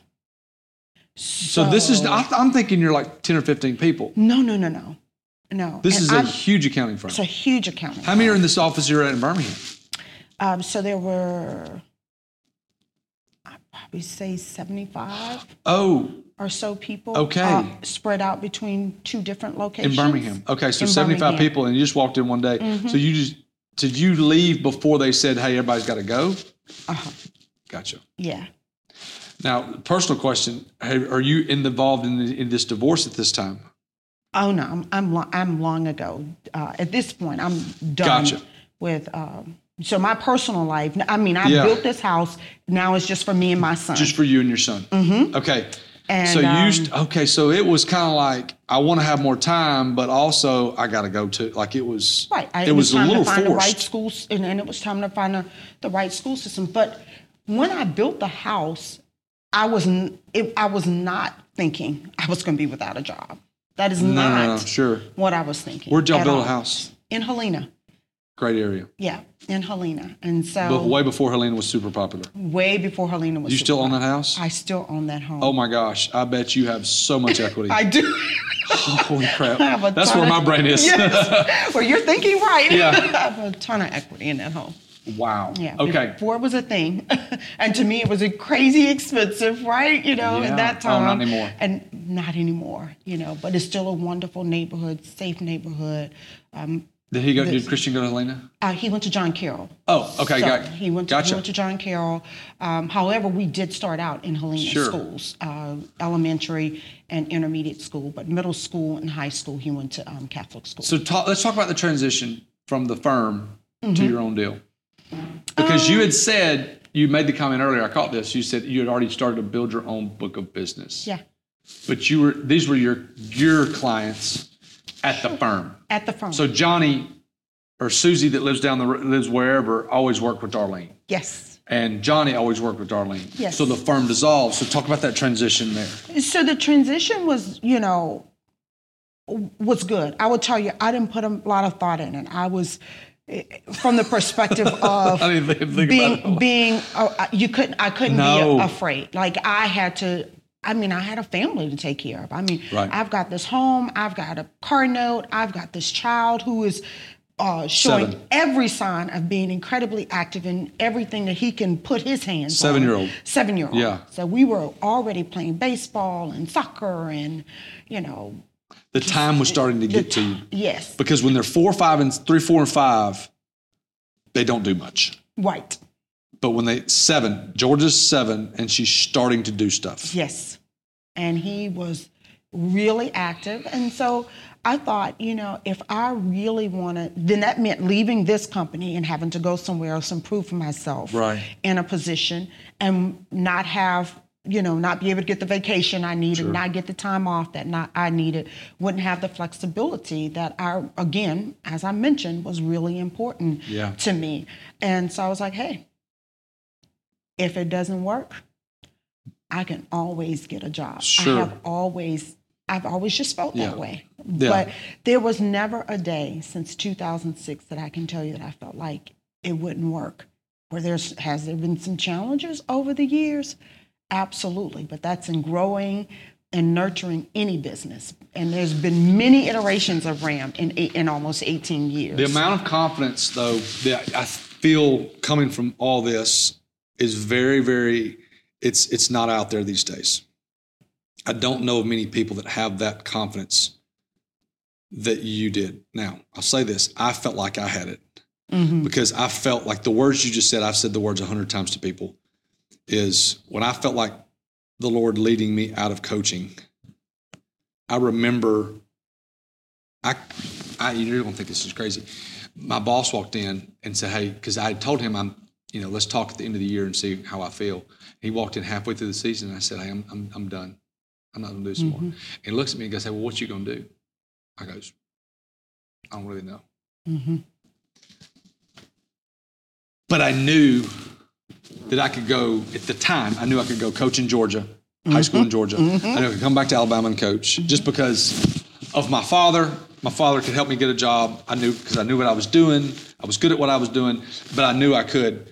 S1: So this is I- I'm thinking you're like 10 or 15 people.
S2: No, no, no, no, no.
S1: This
S2: And
S1: is
S2: I'm-
S1: a huge accounting firm.
S2: it's a huge accounting.
S1: How many are in this office you're at in Birmingham?
S2: Um, so there were, I'd probably say seventy-five
S1: Oh,
S2: or so people.
S1: Okay.
S2: uh, spread out between two different locations.
S1: in Birmingham. Okay, so
S2: In
S1: 75
S2: Birmingham. Mm-hmm.
S1: people, and you just walked in one day. So you just did you leave before they said, "Hey, everybody's got to go"? Uh-huh. Gotcha.
S2: Yeah.
S1: Now, personal question: Have- Are you in- involved in, the, in this divorce at this time?
S2: Oh no, I'm I'm, lo- I'm long ago. Uh, at this point, I'm done
S1: Gotcha.
S2: with. Um, so my personal life. I mean, I
S1: Yeah.
S2: built this house. Now it's just for me and my son.
S1: Just for you and your son. Mm-hmm. Okay.
S2: And,
S1: so you
S2: um,
S1: st- okay? So it was kind of like I want to have more time, but also I got to go to like it was.
S2: Right. I-
S1: it was, a
S2: time
S1: little
S2: to find the right
S1: forced.
S2: schools, and, and it was time to find the, the right school system. But when I built the house, I was n- it, I was not thinking I was going to be without a job. That is
S1: no,
S2: not
S1: no, sure.
S2: what I was thinking.
S1: Where'd y'all
S2: at
S1: build a
S2: all.
S1: house?
S2: In Helena.
S1: Great area.
S2: Yeah, in Helena. And
S1: But
S2: so
S1: way before Helena was super popular.
S2: way before Helena was.
S1: You still own that house?
S2: I still own that home.
S1: Oh my gosh, I bet you have so much equity.
S2: I do.
S1: Holy crap.
S2: I have a
S1: That's
S2: ton
S1: where
S2: of-
S1: my brain is.
S2: Yes. well, you're thinking right.
S1: Yeah.
S2: I have a ton of equity in that home.
S1: Wow.
S2: Yeah.
S1: Okay.
S2: Before it was a thing, and to me it was a crazy expensive, right? You know,
S1: Yeah.
S2: at that
S1: Oh,
S2: time.
S1: not anymore.
S2: And not anymore. You know, but it's still a wonderful neighborhood, safe neighborhood. Um,
S1: Did he go did Christian go to Helena?
S2: uh, he went to John Carroll.
S1: Oh, okay,
S2: So
S1: got-
S2: he went to,
S1: gotcha.
S2: he went to John Carroll. Um, however, we did start out in Helena
S1: Sure.
S2: schools, uh, elementary and intermediate school, but middle school and high school he went to um, Catholic school.
S1: So talk, let's talk about the transition from the firm
S2: Mm-hmm.
S1: to your own deal. Because you
S2: Um,
S1: had said you made the comment earlier, I caught this, you said you had already started to build your own book of business.
S2: yeah,
S1: But you were these were your your clients at the firm.
S2: at the firm.
S1: So Johnny or Susie that lives down the ro- lives wherever always worked with Darlene.
S2: yes.
S1: And Johnny always worked with Darlene.
S2: Yes.
S1: So the firm dissolved. So talk about that transition there.
S2: So the transition was, you know, was good. I would tell you, I didn't put a lot of thought in it. I was eh, from the perspective of
S1: I didn't even think
S2: being
S1: about it.
S2: being uh, you couldn't I couldn't
S1: No.
S2: be afraid. Like I had to. I mean, I had a family to take care of. I mean,
S1: Right.
S2: I've got this home. I've got a car note. I've got this child who is uh, showing
S1: Seven.
S2: every sign of being incredibly active in everything that he can put his hands on.
S1: Seven-year-old.
S2: Seven year old.
S1: Yeah.
S2: So we were already playing baseball and soccer and, you know,
S1: The time was starting to
S2: the
S1: get to you.
S2: ti- yes,
S1: Because when they're four, five, and three, four, and five, they don't do much.
S2: right.
S1: But when they seven, Georgia's seven, and she's starting to do stuff.
S2: Yes. And he was really active. And so I thought, you know, if I really wanted, then that meant leaving this company and having to go somewhere else and prove for myself
S1: Right.
S2: in a position and not have, you know, not be able to get the vacation I needed, not get the time off that not, I needed, wouldn't have the flexibility that I, again, as I mentioned, was really important
S1: Yeah.
S2: to me. And so I was like, hey, if it doesn't work, I can always get a job.
S1: Sure.
S2: I have always, I've always just felt
S1: Yeah.
S2: that way.
S1: Yeah.
S2: But there was never a day since 2006 that I can tell you that I felt like it wouldn't work. Where there's has there been some challenges over the years? Absolutely, but that's in growing and nurturing any business. And there's been many iterations of RAM in eight, in almost 18 years.
S1: The amount of confidence, though, that I feel coming from all this is very, very. It's it's not out there these days. I don't know of many people that have that confidence that you did. Now, I'll say this: I felt like I had it because I felt like the words you just said. I've said the words a hundred times to people. Is when I felt like the Lord leading me out of coaching. I remember I, I you're gonna think this is crazy. My boss walked in and said, "Hey," because I had told him I'm, you know, let's talk at the end of the year and see how I feel. He walked in halfway through the season and I said, "Hey, I'm I'm, I'm done. I'm not gonna do this anymore." more." And he looks at me and goes, "Hey, well, what you gonna do?" I goes, "I don't really know." But I knew that I could go at the time. I knew I could go coach in Georgia, high school in Georgia. I knew I could come back to Alabama and coach just because of my father. My father could help me get a job. I knew because I knew what I was doing. I was good at what I was doing, but I knew I could.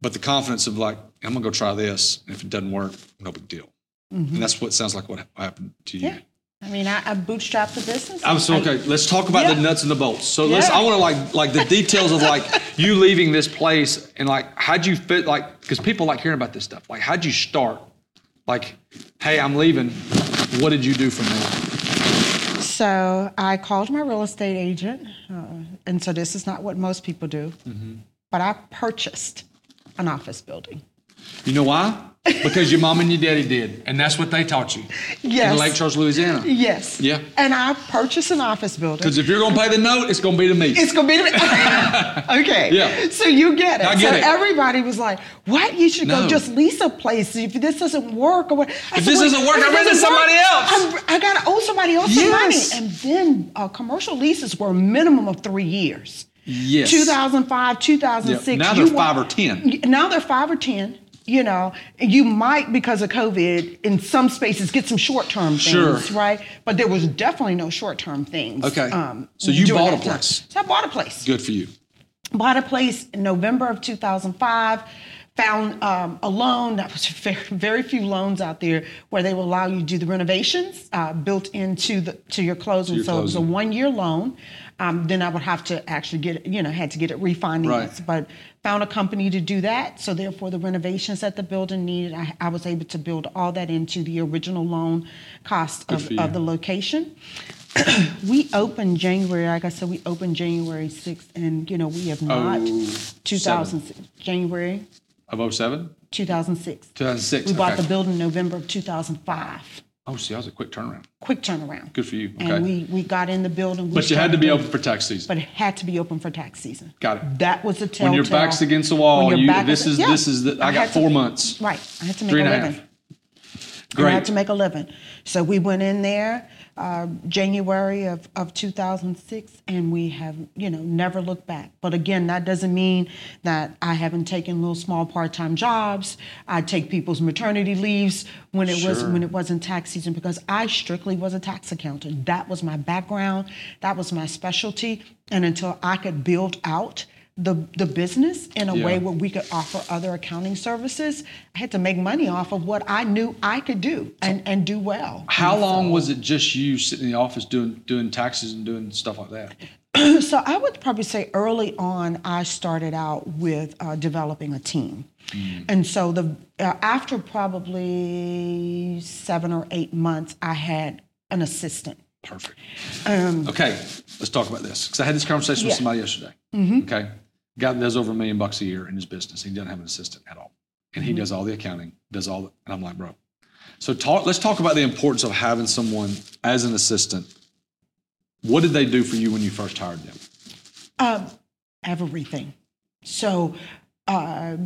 S1: But the confidence of like, I'm gonna go try this, and if it doesn't work, no big deal. And that's what sounds like what happened to you.
S2: yeah. I mean, I, I bootstrapped the business.
S1: I'm so okay. Let's talk about the
S2: Yeah.
S1: nuts and the bolts. So let's.
S2: Yeah.
S1: I want to like like the details of like you leaving this place and like how'd you fit like because people like hearing about this stuff. Like how'd you start? Like, hey, I'm leaving. What did you do from there?
S2: So I called my real estate agent, uh, and so this is not what most people do,
S1: Mm-hmm.
S2: but I purchased an office building.
S1: You know why? Because your mom and your daddy did, and that's what they taught you in
S2: Yes.
S1: Lake Charles, Louisiana.
S2: Yes.
S1: Yeah.
S2: And I purchased an office building.
S1: Because if you're gonna pay the note, it's gonna be to me.
S2: It's gonna be okay.
S1: Yeah.
S2: So you get it.
S1: I get
S2: so
S1: it.
S2: everybody was like, "What? You should
S1: No.
S2: go just lease a place. If this doesn't work, or what? I
S1: If this
S2: "Wait,
S1: doesn't work,
S2: if
S1: I
S2: it
S1: rent it to
S2: doesn't work,
S1: somebody else."
S2: I'm- I gotta owe somebody else
S1: Yes.
S2: some money." And then uh, commercial leases were a minimum of three years.
S1: Yes.
S2: 2005, 2006.
S1: Yep. Now
S2: you
S1: they're
S2: wa-
S1: five or 10.
S2: Now they're five or ten. You know, you might because of COVID in some spaces get some short term
S1: Sure.
S2: things, right? But there was definitely no short term things. um,
S1: Okay. So you
S2: during
S1: bought
S2: that
S1: a
S2: time.
S1: place.
S2: So I bought a place.
S1: Good for you.
S2: Bought a place in November of 2005. Found um, a loan. That was very, very few loans out there where they will allow you to do the renovations uh, built into the to your closing.
S1: your
S2: so it was
S1: closing.
S2: a one year loan. Um, then I would have to actually get you know had to get it refinanced.
S1: Right.
S2: But found a company to do that. So therefore, the renovations that the building needed, I, I was able to build all that into the original loan cost of,
S1: for you.
S2: of the location we opened January, like I said, we opened January 6th, and you know, we have not.
S1: Oh,
S2: 2006, January
S1: Of 07?
S2: 2006.
S1: 2006.
S2: We bought
S1: okay.
S2: the building in November of 2005.
S1: Oh, see, that was a quick turnaround.
S2: Quick turnaround.
S1: Good for you. Okay.
S2: And we, we got in the building. we
S1: but you had to
S2: started
S1: be
S2: building,
S1: open for tax season.
S2: But it had to be open for tax season.
S1: Got it.
S2: That was the telltale.
S1: when your back's against the wall,
S2: When your
S1: you,
S2: back
S1: this is
S2: yeah.
S1: this is the, I, got
S2: had to-
S1: four months,
S2: Right. I had to make
S1: three
S2: a
S1: and a
S2: living.
S1: half.
S2: And I had
S1: Great.
S2: to make a living. So we went in there uh, January of, of 2006, and we have, you know, never looked back. But again, that doesn't mean that I haven't taken little small part-time jobs. I take people's maternity leaves when it was
S1: Sure.
S2: when it wasn't tax season because I strictly was a tax accountant. That was my background. That was my specialty. And until I could build out the, the business in a
S1: Yeah.
S2: way where we could offer other accounting services. I had to make money off of what I knew I could do and, and do well.
S1: How long was it just you sitting in the office doing doing taxes and doing stuff like that?
S2: So I would probably say early on, I started out with uh, developing a team. And so the uh, after probably seven or eight months, I had an assistant.
S1: Perfect. okay, let's talk about this because I had this conversation with
S2: Um, Yeah. Mm-hmm.
S1: somebody yesterday. Okay, guy that does over a million bucks a year in his business, he doesn't have an assistant at all, and
S2: Mm-hmm.
S1: he does all the accounting, does all, the, and I'm like, bro. So talk. Let's talk about the importance of having someone as an assistant. What did they do for you when you first hired them?
S2: everything. So, uh,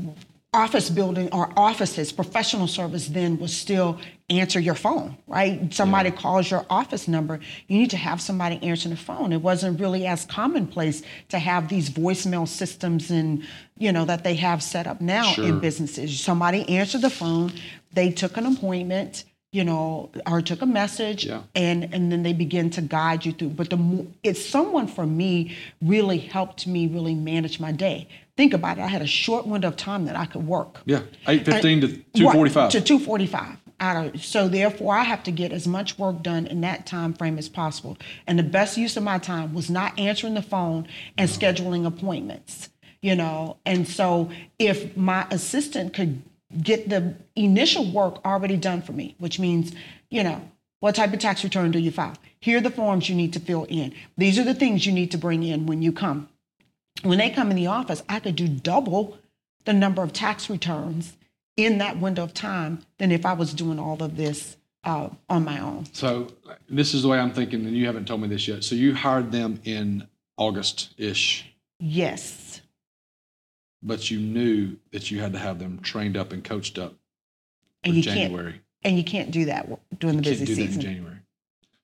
S2: office building or offices, professional service then was still answer your phone, right? Somebody calls your office number, you need to have somebody answering the phone. It wasn't really as commonplace to have these voicemail systems and, you know, that they have set up now
S1: Sure.
S2: in businesses. Somebody answered the phone, they took an appointment, you know, or took a message,
S1: Yeah.
S2: and and then they begin to guide you through but the mo- it's someone for me really helped me really manage my day think about it i had a short window of time that i could work
S1: Yeah, eight fifteen to
S2: Right,
S1: two forty five.
S2: to 245 out of so therefore i have to get as much work done in that time frame as possible and the best use of my time was not answering the phone and scheduling appointments you know and so if my assistant could get the initial work already done for me which means you know what type of tax return do you file here are the forms you need to fill in these are the things you need to bring in when you come when they come in the office, I could do double the number of tax returns in that window of time than if I was doing all of this uh, on my own.
S1: So like, this is the way I'm thinking, and you haven't told me this yet. So you hired them in August ish,
S2: Yes,
S1: but you knew that you had to have them trained up and coached up for
S2: and you can't
S1: January.
S2: and you can't do that w- during the
S1: Can't
S2: busy
S1: do that in
S2: season.
S1: January.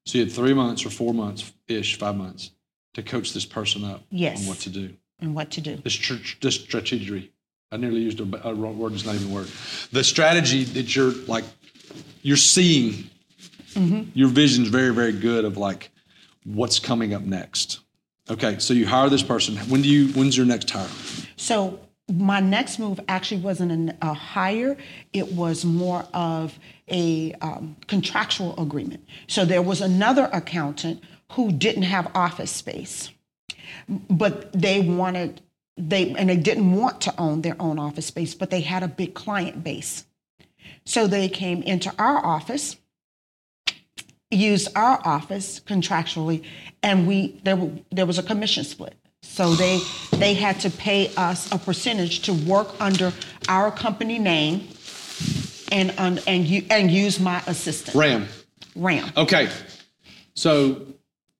S1: So you had three months or four months ish, five months to coach this person up on
S2: Yes.
S1: what to do.
S2: and what to do?
S1: The str- the strategy. I nearly used a, a wrong word. It's not even a word. The strategy that you're like, you're seeing. Your vision's very, very good of like what's coming up next. Okay, so you hire this person. When do you? When's your next hire?
S2: So my next move actually wasn't an, a hire; it was more of a um, contractual agreement. So there was another accountant who didn't have office space, but they wanted they and they didn't want to own their own office space, but they had a big client base. So they came into our office used our office contractually, and we there w- there was a commission split. So they they had to pay us a percentage to work under our company name, and un, and you and use my assistant
S1: Ram.
S2: Ram.
S1: Okay. So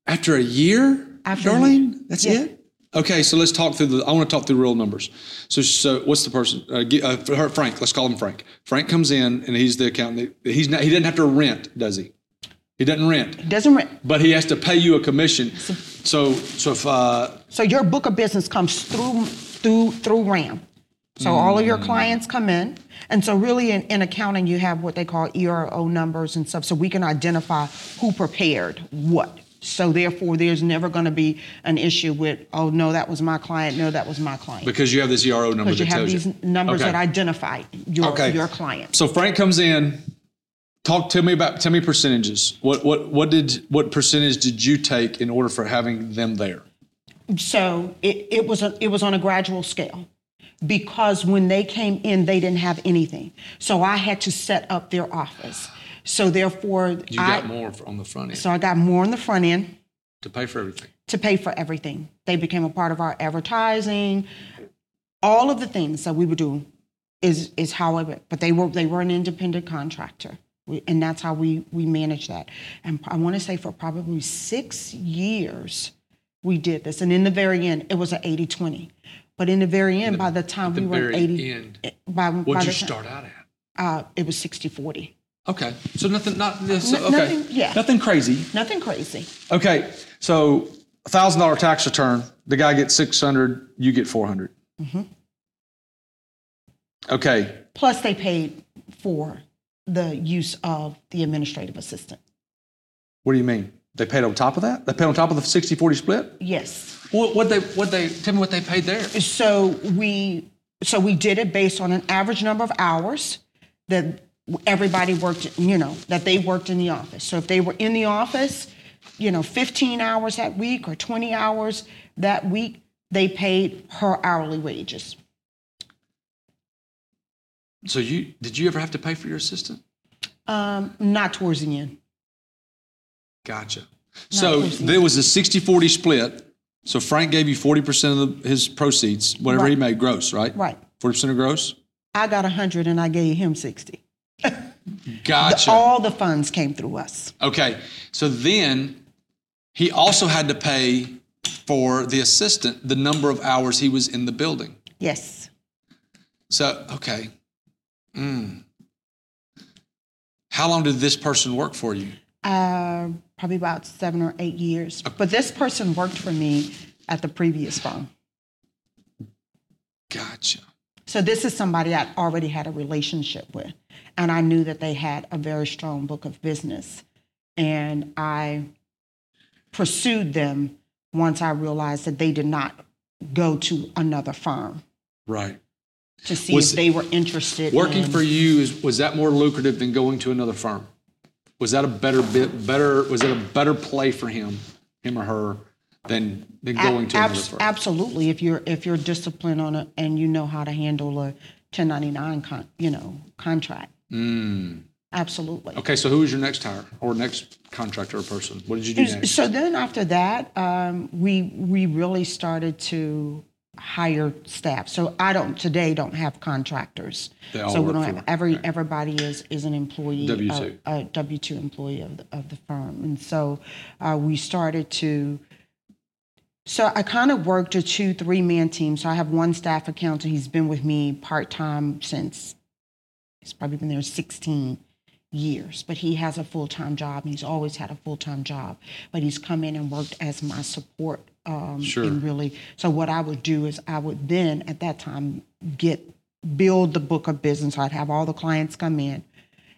S1: after a year,
S2: After a
S1: Darlene, that's
S2: Yeah.
S1: it. Okay, so let's talk through the. I want to talk through real numbers. So, so what's the person? Uh, gi- uh, for her- Frank. Let's call him Frank. Frank comes in and he's the accountant. that- He's not. He doesn't have to rent, does he? He doesn't rent,
S2: Doesn't re-
S1: but he has to pay you a commission. So, so if uh,
S2: so your book of business comes through through through Ram. So
S1: Mm.
S2: all of your clients come in, and so really in, in accounting you have what they call ERO numbers and stuff, so we can identify who prepared what. So therefore, there's never going to be an issue with oh no that was my client, no that was my client,
S1: because you have this ERO number that
S2: because you have
S1: tells
S2: these numbers
S1: Okay.
S2: that identify your
S1: Okay.
S2: your clients.
S1: So Frank comes in. Talk to me about tell me percentages. What what what did what percentage did you take in order for having them there?
S2: So it, it was a, it was on a gradual scale because when they came in, they didn't have anything. So I had to set up their office. So therefore,
S1: You
S2: I
S1: got more on the front end
S2: so I got more on the front end
S1: to pay for everything.
S2: to pay for everything. They became a part of our advertising. All of the things that we would do is is how it. But they were they were an independent contractor, we, and that's how we we managed that. And I want to say for probably six years we did this. And in the very end, it was an 80-20. But in the very end, by the time
S1: the
S2: we were
S1: very
S2: eighty, eh,
S1: end,
S2: by, by
S1: What'd
S2: the
S1: you
S2: time,
S1: start out at?
S2: uh, it was 60-40.
S1: Okay. So nothing, not this.
S2: N-
S1: okay.
S2: nothing- yeah.
S1: Nothing crazy.
S2: Nothing crazy.
S1: Okay. So thousand dollar tax return. The guy gets six hundred. You get four
S2: Mm-hmm.
S1: Okay.
S2: Plus, they paid for the use of the administrative assistant.
S1: What do you mean? They paid on top of that? They paid on top of the 60-40 split?
S2: Yes.
S1: What what they what they tell me what they paid there?
S2: So we so we did it based on an average number of hours that everybody worked, you know, that they worked in the office. So if they were in the office, you know, 15 hours that week or 20 hours that week, they paid her hourly wages.
S1: So you did you ever have to pay for your assistant?
S2: Um, not towards the end.
S1: Gotcha. So
S2: personally.
S1: there was a 60-40 split. So Frank gave you 40% of the, his proceeds, whatever he
S2: Right.
S1: made gross, right?
S2: Right.
S1: 40% of gross?
S2: I got 100 and I gave him 60. The-
S1: Gotcha.
S2: all the funds came through us.
S1: Okay. So then he also had to pay for the assistant the number of hours he was in the building.
S2: Yes.
S1: So, okay. Mm. How long did this person work for you?
S2: Uh, probably about seven or eight years. But this person worked for me at the previous firm.
S1: Gotcha.
S2: So this is somebody I already had a relationship with. And I knew that they had a very strong book of business. And I pursued them once I realized that they did not go to another firm
S1: Right.
S2: to see
S1: Was-
S2: if they were interested
S1: Working
S2: in-
S1: for you is, was that more lucrative than going to another firm? Was that a better bit better was it a better play for him, him or her, than than
S2: Ab-
S1: going to
S2: abs-
S1: another firm?
S2: Absolutely, if you're if you're disciplined on it and you know how to handle a 1099 con, you know contract.
S1: Mm.
S2: Absolutely.
S1: okay, so who was your next hire or next contractor or person? What did you do next?
S2: So then after that, um, we we really started to hire staff. So I don't today don't have contractors.
S1: They all
S2: so we
S1: work
S2: don't
S1: for-
S2: have every everybody is is an employee
S1: W2.
S2: a, a W two employee of the, of the firm, and so uh, we started to. So I kind of worked a two three man team. So I have one staff accountant. He's been with me part time since he's probably been there 16 years, but he has a full time job and he's always had a full time job. But he's come in and worked as my support. Um,
S1: Sure.
S2: And really, so what I would do is I would then at that time get build the book of business. I'd have all the clients come in,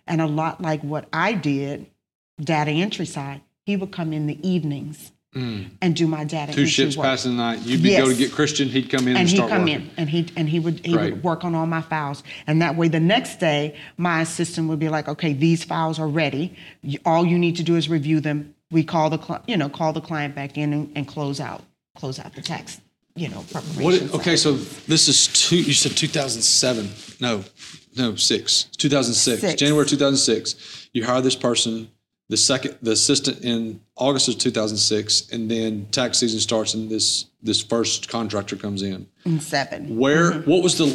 S2: and a lot like what I did, data entry side, he would come in the evenings. And do my data
S1: Mm. Two
S2: entry
S1: ships
S2: work
S1: passing the night. You'd be go
S2: Yes.
S1: to get Christian, he'd come in and,
S2: and he'd
S1: start
S2: come
S1: working.
S2: in and he and he would he
S1: Right.
S2: would work on all my files and that way the next day my assistant would be like okay these files are ready You- all you need to do is review them we call the cli you know call the client back in and, and close out close out the tax you know
S1: What,
S2: preparation
S1: okay, so this is two. You said 2007. No, no, six. 2006.
S2: Six.
S1: January 2006. You hire this person. The second, the assistant in August of 2006, and then tax season starts, and this this first contractor comes in.
S2: in seven
S1: Where? What was the?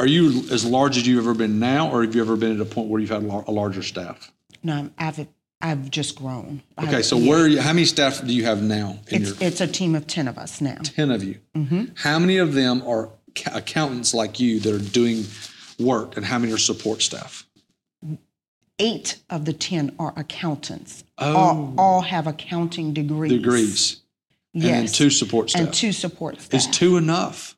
S1: Are you as large as you've ever been now, or have you ever been at a point where you've had lar- a larger staff?
S2: no I've I've just grown
S1: Okay,
S2: I've-
S1: so where? Are you, how many staff do you have now? In
S2: it's
S1: your
S2: it's a team of ten of us now
S1: ten of you. How many of them are ca- accountants like you that are doing work, and how many are support staff?
S2: eight of the ten are accountants all, all have accounting degrees
S1: Degrees
S2: yes.
S1: Oh. and then two support staff.
S2: and two support staff.
S1: Is two enough?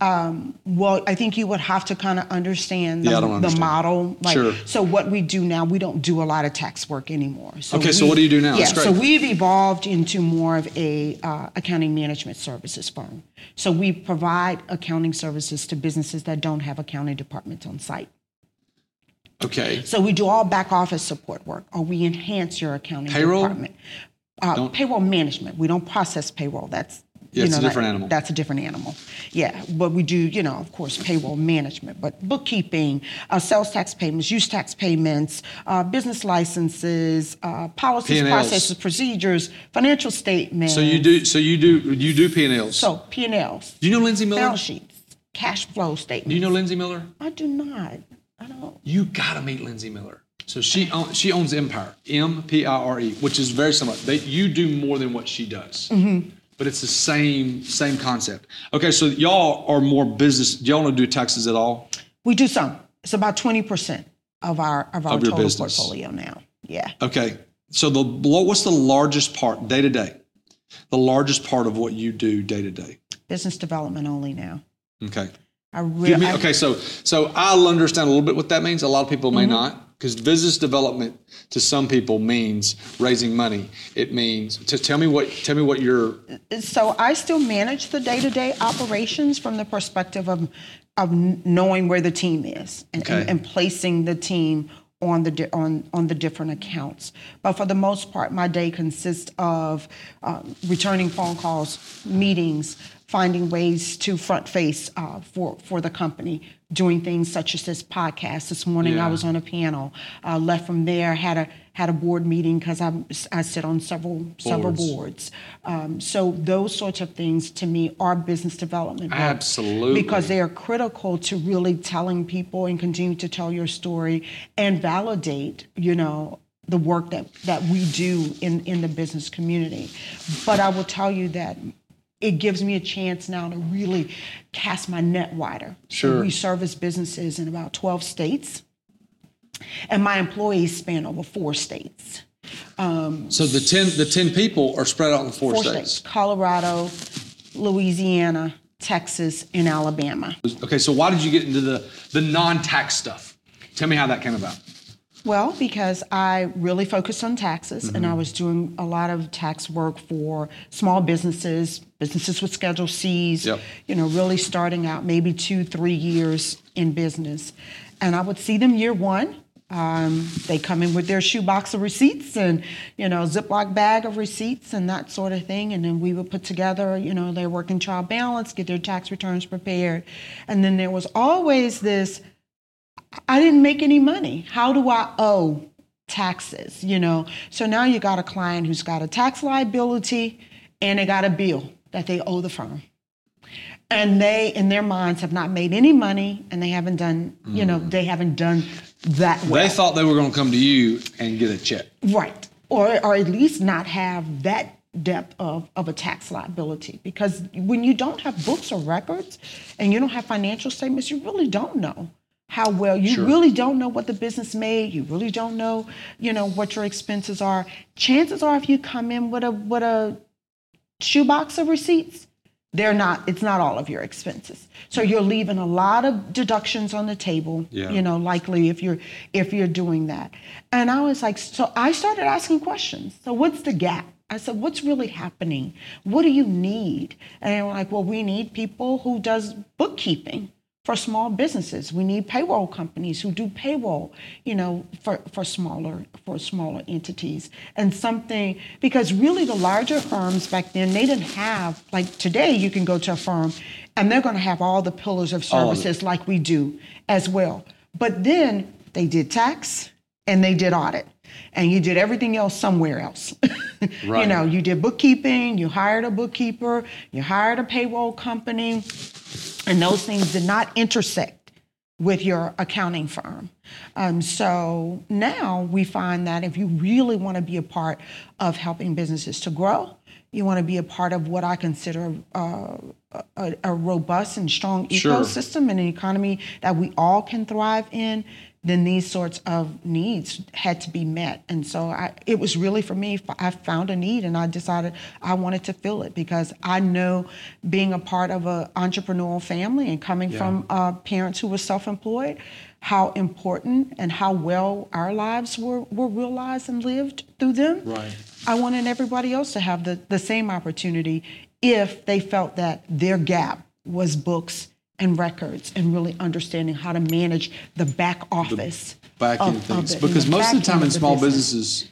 S2: Well, I think you would have to kind of understand the,
S1: Yeah, I don't
S2: the
S1: understand.
S2: model. Like,
S1: Sure.
S2: So what we do now, we don't do a lot of tax work anymore. So
S1: Okay, so
S2: we-
S1: what do you do now?
S2: Yeah,
S1: That's great.
S2: so we've evolved into more of a uh, accounting management services firm. So we provide accounting services to businesses that don't have accounting departments on site.
S1: Okay,
S2: So we do all back office support work, or we enhance your accounting
S1: Payroll?
S2: department. Uh, payroll management. We don't process payroll. That's
S1: Yeah, it's a different
S2: that-
S1: animal.
S2: That's a different animal. Yeah, but we do, you know, of course, payroll management, but bookkeeping, uh, sales tax payments, use tax payments, uh, business licenses, uh, policies,
S1: P&Ls.
S2: processes, procedures, financial statements.
S1: so you do. So you do. You do P and Ls.
S2: so P and Ls,
S1: do you know Lindsay Miller?
S2: balance sheets, cash flow statements.
S1: Do you know Lindsay Miller?
S2: I do not. I don't.
S1: You gotta meet Lindsay Miller. So she own, she owns Empire, M P I R E, which is very similar. They, you do more than what she does,
S2: Mm-hmm.
S1: but it's the same same concept. Okay, so y'all are more business. Y'all don't do taxes at all.
S2: We do some. It's about twenty percent. of our of our
S1: Of your
S2: total
S1: business.
S2: portfolio now. Yeah.
S1: Okay. So the what's the largest part day to day? The largest part of what you do day to day.
S2: Business development only now.
S1: Okay.
S2: I really
S1: Give me- okay. So so I'll understand a little bit what that means. A lot of people
S2: Mm-hmm.
S1: may not because business development to some people means raising money. It means to tell me what tell me what your
S2: so I still manage the day to day operations from the perspective of of knowing where the team is and,
S1: Okay.
S2: and, and placing the team on the di- on on the different accounts. But for the most part, my day consists of um, returning phone calls, meetings, finding ways to front face uh, for for the company, doing things such as this podcast. This morning,
S1: Yeah.
S2: I was on a panel. Uh, left from there, had a had a board meeting because I I sit on several several
S1: Boards.
S2: boards. Um, so those sorts of things to me are business development. work
S1: Absolutely.
S2: Because they are critical to really telling people and continue to tell your story and validate, you know, the work that, that we do in, in the business community. But I will tell you that it gives me a chance now to really cast my net wider.
S1: Sure.
S2: We service businesses in about 12 states, and my employees span over four states.
S1: so the ten the ten people are spread out in four,
S2: four
S1: states.
S2: states Colorado, Louisiana, Texas, and Alabama.
S1: Okay. So why did you get into the the non tax stuff? Tell me how that came about.
S2: Well, because I really focused on taxes and I was doing a lot of tax work for small businesses, businesses with Schedule Cs,
S1: Yep.
S2: you know, really starting out maybe two, three years in business. And I would see them year one. Um, they come in with their shoebox of receipts and, you know, Ziploc bag of receipts and that sort of thing. And then we would put together, you know, their working child balance, get their tax returns prepared. And then there was always this I didn't make any money. How do I owe taxes? You know, so now you got a client who's got a tax liability and they got a bill that they owe the firm. And they, in their minds, have not made any money and they haven't done, you know, they haven't done that well.
S1: They thought they were going to come to you and get a check.
S2: Right. Or, or at least not have that depth of, of a tax liability. Because when you don't have books or records and you don't have financial statements, you really don't know how well you really don't know what the business made you really don't know you know what your expenses are chances are if you come in with a with a shoebox of receipts they're not it's not all of your expenses so you're leaving a lot of deductions on the table
S1: Yeah.
S2: you know likely if you're if you're doing that and i was like so i started asking questions so what's the gap i said what's really happening what do you need and they were like well we need people who does bookkeeping for small businesses we need payroll companies who do payroll you know for, for smaller for smaller entities and something because really the larger firms back then they didn't have like today you can go to a firm and they're going to have all the pillars of
S1: All of it.
S2: services like we do as well but then they did tax and they did audit and you did everything else somewhere else you
S1: Right.
S2: know you did bookkeeping you hired a bookkeeper you hired a payroll company and those things did not intersect with your accounting firm. Um, so now we find that if you really want to be a part of helping businesses to grow, you want to be a part of what I consider uh, a, a robust and strong
S1: Sure.
S2: ecosystem and an economy that we all can thrive in. Then these sorts of needs had to be met, and so I, it was really for me. I found a need, and I decided I wanted to fill it because I know being a part of an entrepreneurial family and coming from uh, parents who were self-employed, how important and how well our lives were, were realized and lived through them.
S1: Right.
S2: I wanted everybody else to have the, the same opportunity if they felt that their gap was books and records and really understanding how to manage the back office.
S1: back end
S2: of- of
S1: things
S2: it,
S1: because
S2: the
S1: most of
S2: Oh, back
S1: the time
S2: end
S1: in
S2: of the
S1: small
S2: business.
S1: businesses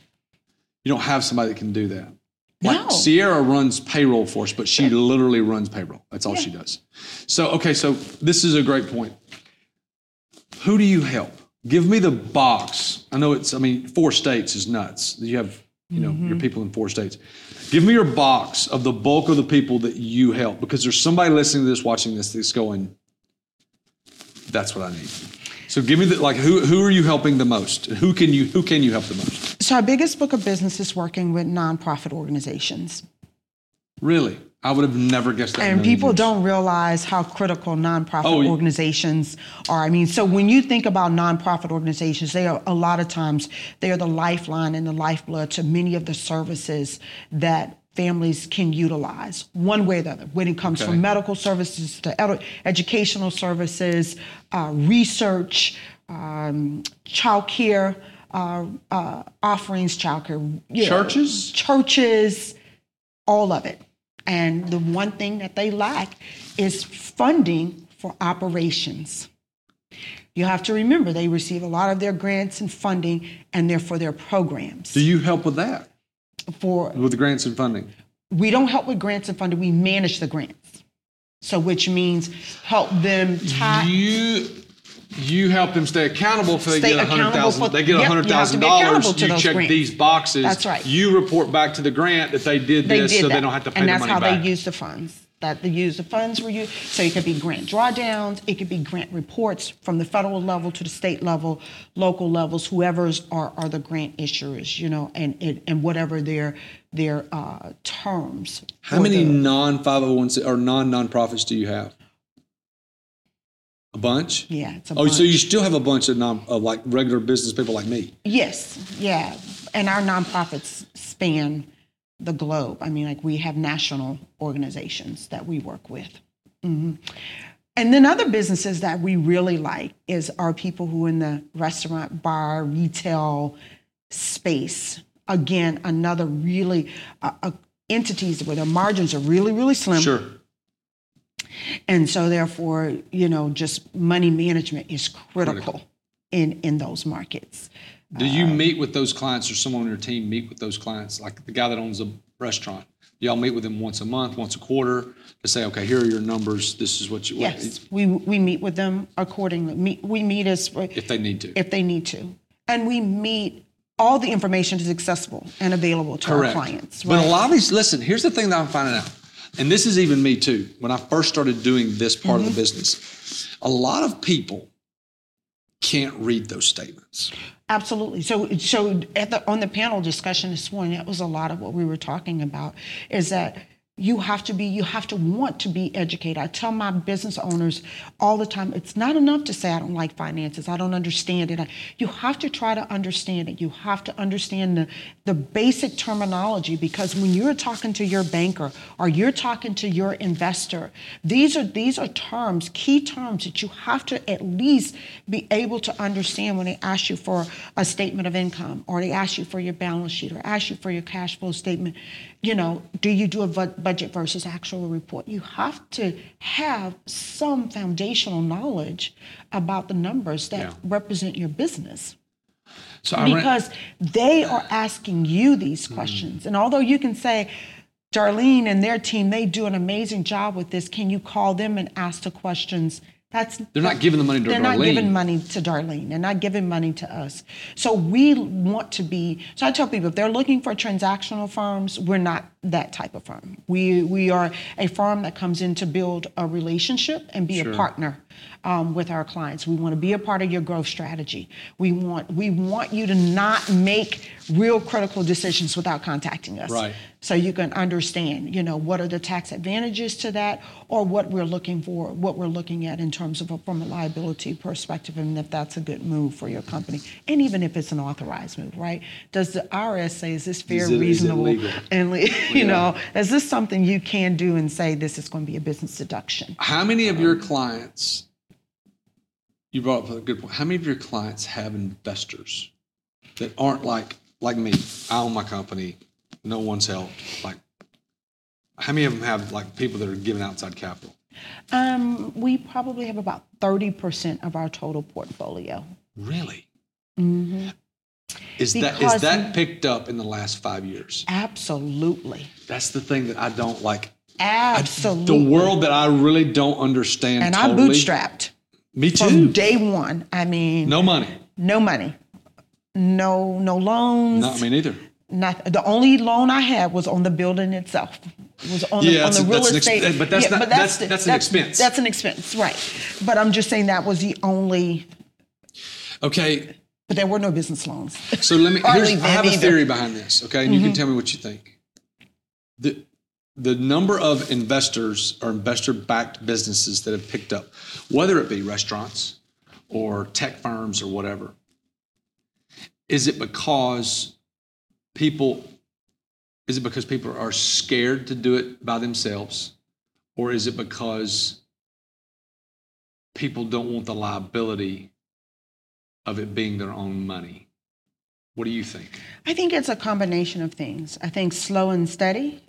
S1: you don't have somebody that can do that
S2: No.
S1: like sierra runs payroll for us but she literally runs payroll that's all she does so okay so this is a great point who do you help give me the box i know it's i mean four states is nuts you have you know
S2: Mm-hmm.
S1: your people in four states give me your box of the bulk of the people that you help because there's somebody listening to this watching this that's going that's what I need. So give me the like who who are you helping the most? Who can you who can you help the most?
S2: So, our biggest book of business is working with nonprofit organizations.
S1: Really? I would have never guessed that. in a
S2: And
S1: million
S2: people
S1: years.
S2: don't realize how critical nonprofit
S1: Oh, yeah.
S2: organizations are. I mean, so when you think about nonprofit organizations, they are a lot of times they are the lifeline and the lifeblood to many of the services that families can utilize one way or the other when it comes
S1: Okay.
S2: from medical services to edu- educational services, uh, research, um, childcare uh, uh, offerings, childcare you know,
S1: Churches?
S2: churches, all of it. And the one thing that they lack is funding for operations. You have to remember they receive a lot of their grants and funding, and they're for their programs.
S1: Do you help with that?
S2: For
S1: With the grants and funding?
S2: we don't help with grants and funding; we manage the grants. So, which means help them tie
S1: You you help them stay accountable for they
S2: Stay
S1: get a hundred
S2: accountable
S1: thousand.
S2: for-
S1: They get
S2: yep,
S1: a
S2: you have
S1: hundred
S2: to be
S1: thousand
S2: accountable
S1: dollars.
S2: to
S1: You
S2: those
S1: check
S2: grants.
S1: these boxes.
S2: That's right.
S1: You report back to the grant that they did
S2: they
S1: this,
S2: did
S1: so
S2: that.
S1: they don't have to pay
S2: and
S1: the
S2: that's
S1: money
S2: how
S1: back.
S2: they use the funds that they use the funds were used so it could be grant drawdowns it could be grant reports from the federal level to the state level local levels whoever's are, are the grant issuers you know and and, and whatever their their uh, terms
S1: How
S2: for
S1: many
S2: the-
S1: non five hundred one or non nonprofits do you have? A bunch.
S2: yeah it's a
S1: Oh, so
S2: bunch.
S1: you still have a bunch of non of like regular business people like me.
S2: Yes, yeah. And our nonprofits span the globe. I mean, like we have national organizations that we work with. Mhm. And then other businesses that we really like is our people who in the restaurant, bar, retail space. Again, another really uh, uh, entities where their margins are really, really slim.
S1: Sure.
S2: And so therefore, you know, just money management is critical.
S1: Critical.
S2: in in those markets.
S1: Do you
S2: Um,
S1: meet with those clients or someone on your team meet with those clients? Like the guy that owns a restaurant, y'all meet with him once a month, once a quarter to say, okay, here are your numbers. This is what you want.
S2: Yes, we, we meet with them accordingly. Meet, we meet as
S1: If they need to.
S2: if they need to, and we meet. All the information is accessible and available to
S1: Correct.
S2: our clients.
S1: But a
S2: right?
S1: lot of these, listen, here's the thing that I'm finding out, and this is even me too, when I first started doing this part
S2: Mm-hmm.
S1: of the business, a lot of people can't read those statements.
S2: Absolutely. So, so at the, on the panel discussion this morning, that was a lot of what we were talking about. Is that you have to be, you have to want to be educated. I tell my business owners all the time, it's not enough to say I don't like finances, I don't understand it. I- You have to try to understand it. You have to understand the the basic terminology because when you're talking to your banker or you're talking to your investor, these are these are terms, key terms that you have to at least be able to understand when they ask you for a statement of income or they ask you for your balance sheet or ask you for your cash flow statement. You know, do you do a bu- budget versus actual report? You have to have some foundational knowledge about the numbers that
S1: Yeah.
S2: represent your business
S1: So I Mm-hmm. ran,
S2: because they are asking you these questions. And although you can say, Darlene and their team, they do an amazing job with this, can you call them and ask the questions? That's
S1: they're not giving the money to
S2: they're
S1: Darlene.
S2: not giving money to Darlene. They're not giving money to us. So we want to be. So I tell people if they're looking for transactional firms, we're not that type of firm. We we are a firm that comes in to build a relationship and be a partner um, with our clients. We want to be a part of your growth strategy. We want we want you to not make real critical decisions without contacting us
S1: Right.
S2: so you can understand you know what are the tax advantages to that or what we're looking for what we're looking at in terms of a, from a liability perspective and if that's a good move for your company and even if it's an authorized move right does the irs say is this fair
S1: Is it- is it
S2: reasonable
S1: legal?
S2: and le- you know is this something you can do and say this is going to be a business deduction
S1: How many of your clients, you brought up a good point, how many of your clients have investors that aren't like, like me, I own my company, no one's helped, like, how many of them have like people that are giving outside capital?
S2: um, we probably have about 30% of our total portfolio
S1: Really? Is that is
S2: Mm-hmm. Because-
S1: that picked up in the last five years?
S2: absolutely
S1: That's the thing that I don't like.
S2: absolutely
S1: The world that I really don't understand.
S2: and
S1: totally,
S2: i bootstrapped
S1: Me
S2: from
S1: too.
S2: day one. I mean,
S1: No money.
S2: no money, no no loans.
S1: Not me neither.
S2: nothing. The only loan I had was on the building itself. It was on
S1: Yeah,
S2: the, on
S1: that's-
S2: the real
S1: that's an ex-
S2: estate.
S1: but that's not- that's-
S2: the-
S1: that's an expense.
S2: That's an expense, right? But I'm just saying that was the only.
S1: Okay.
S2: But there were no business loans.
S1: So let me.
S2: Hardly
S1: Here's, I
S2: them
S1: have a
S2: either.
S1: theory behind this. Okay, and you can tell me what you think. The the number of investors or investor-backed businesses that have picked up, whether it be restaurants or tech firms or whatever, is it because people is it because people are scared to do it by themselves or is it because people don't want the liability of it being their own money what do you think
S2: I think it's a combination of things. I think slow and steady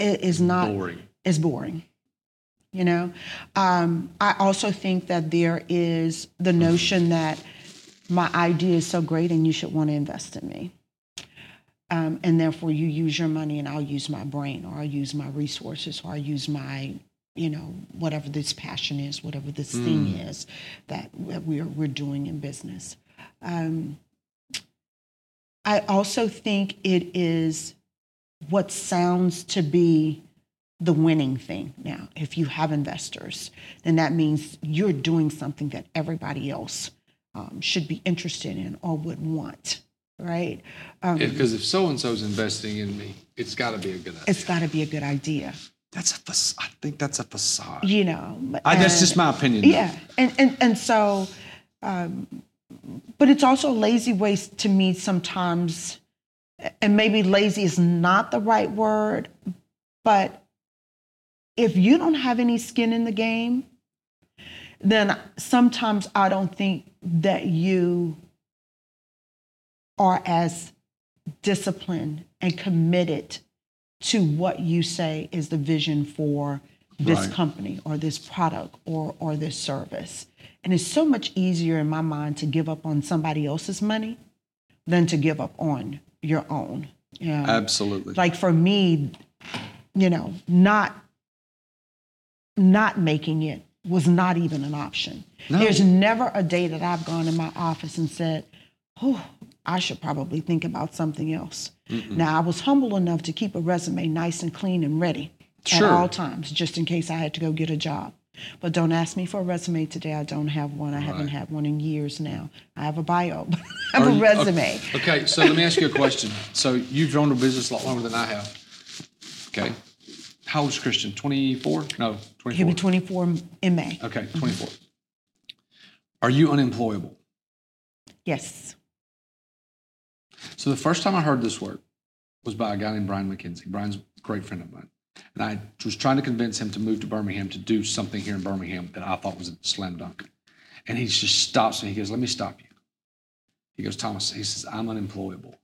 S2: i- is not
S1: boring
S2: is boring. You know, um, I also think that there is the notion that my idea is so great and you should want to invest in me. Um, and therefore, you use your money and I'll use my brain or I'll use my resources or I'll use my, you know, whatever this passion is, whatever this thing is that that we're, we're doing in business. Um, I also think it is what sounds to be the winning thing now. If you have investors, then that means you're doing something that everybody else um, should be interested in or would want, right? Um,
S1: because if so-and-so's investing in me it's got to be a good idea
S2: it's got to be a good idea,
S1: that's a fac- i think that's a facade
S2: you know.
S1: I, that's
S2: and-
S1: just my opinion though.
S2: Yeah, and and and so, um, but it's also a lazy way to me sometimes, and maybe lazy is not the right word, but if you don't have any skin in the game, then sometimes I don't think that you are as disciplined and committed to what you say is the vision for this
S1: Right.
S2: company or this product or or this service. And it's so much easier in my mind to give up on somebody else's money than to give up on your own. Yeah.
S1: absolutely
S2: Like for me, you know, not not making it was not even an option.
S1: No.
S2: There's never a day that I've gone in my office and said, "Oh, I should probably think about something else." Now, I was humble enough to keep a resume nice and clean and ready
S1: Sure.
S2: at all times, just in case I had to go get a job. But don't ask me for a resume today. I don't have one. I haven't had one in years now. I have a bio, but I have
S1: Are
S2: a
S1: you-
S2: resume.
S1: Okay, so let me ask you a question. So you've run a business a lot longer than I have. Okay. How old is Christian? 24? No,
S2: He'll
S1: 24.
S2: be 24 in May.
S1: Okay, 24. Are you unemployable?
S2: Yes.
S1: So the first time I heard this word was by a guy named Brian McKenzie. Brian's a great friend of mine. And I was trying to convince him to move to Birmingham to do something here in Birmingham that I thought was a slam dunk. And he just stops me. He goes, Let me stop you. He goes, Thomas, he says, I'm unemployable.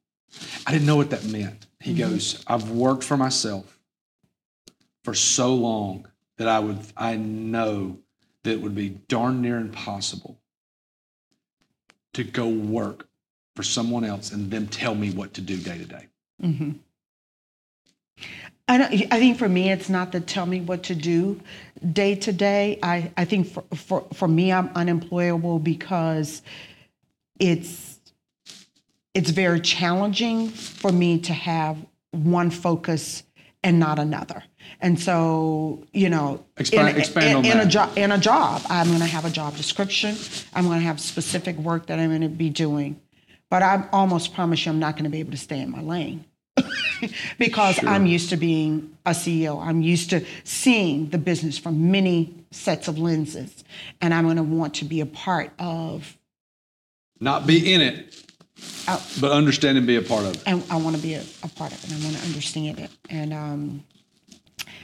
S1: I didn't know what that meant. He goes, I've worked for myself for so long that I would I know that it would be darn near impossible to go work for someone else and them tell me what to do day to day.
S2: I, don't, I think for me, it's not the tell me what to do day to day. I, I think for, for, for me, I'm unemployable because it's it's very challenging for me to have one focus and not another. And so, you know,
S1: Expand-
S2: in, a-
S1: expand
S2: in-
S1: on
S2: in a
S1: that.
S2: job, in a job, I'm going to have a job description. I'm going to have specific work that I'm going to be doing, but I almost promise you, I'm not going to be able to stay in my lane because I'm used to being a CEO. I'm used to seeing the business from many sets of lenses, and I'm going to want to be a part of.
S1: Not be in it,
S2: I-
S1: but understand and be a part of it.
S2: and I want to be a, a part of it. I want to understand it. And um,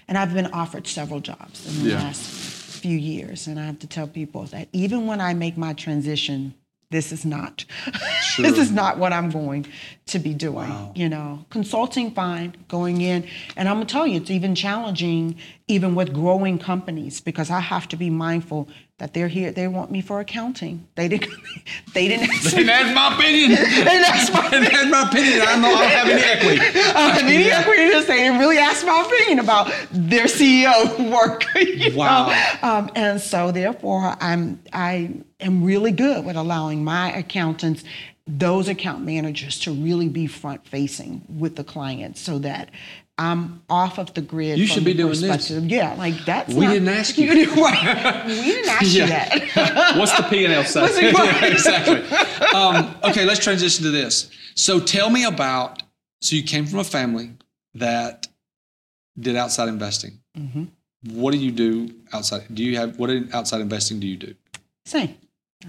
S2: and I've been offered several jobs in the
S1: Yeah.
S2: last few years, and I have to tell people that even when I make my transition, this is not this is not what I'm going to be doing. You know, consulting fine, going in, and I'm gonna tell you, it's even challenging, even with growing companies, because I have to be mindful that they're here. They want me for accounting. They didn't. They didn't ask me.
S1: And that's my opinion.
S2: And that's my
S1: And that's my opinion. I know I don't have any equity.
S2: uh, and then he agreed to say and really asked my opinion about their CEO work. you know?
S1: Wow.
S2: Um, and so therefore I'm I am really good with allowing my accountants, those account managers to really be front facing with the client so that I'm off of the grid.
S1: You
S2: from
S1: should be
S2: the
S1: doing this.
S2: perspective. Yeah, like that's
S1: We
S2: not-
S1: didn't ask you.
S2: Right. we didn't ask
S1: Yeah.
S2: you that.
S1: What's the P and L say?
S2: What's it-
S1: Yeah, exactly. Um, okay, let's transition to this. So tell me about. So you came from a family that did outside investing. What do you do outside? Do you have what in outside investing do you do?
S2: Same.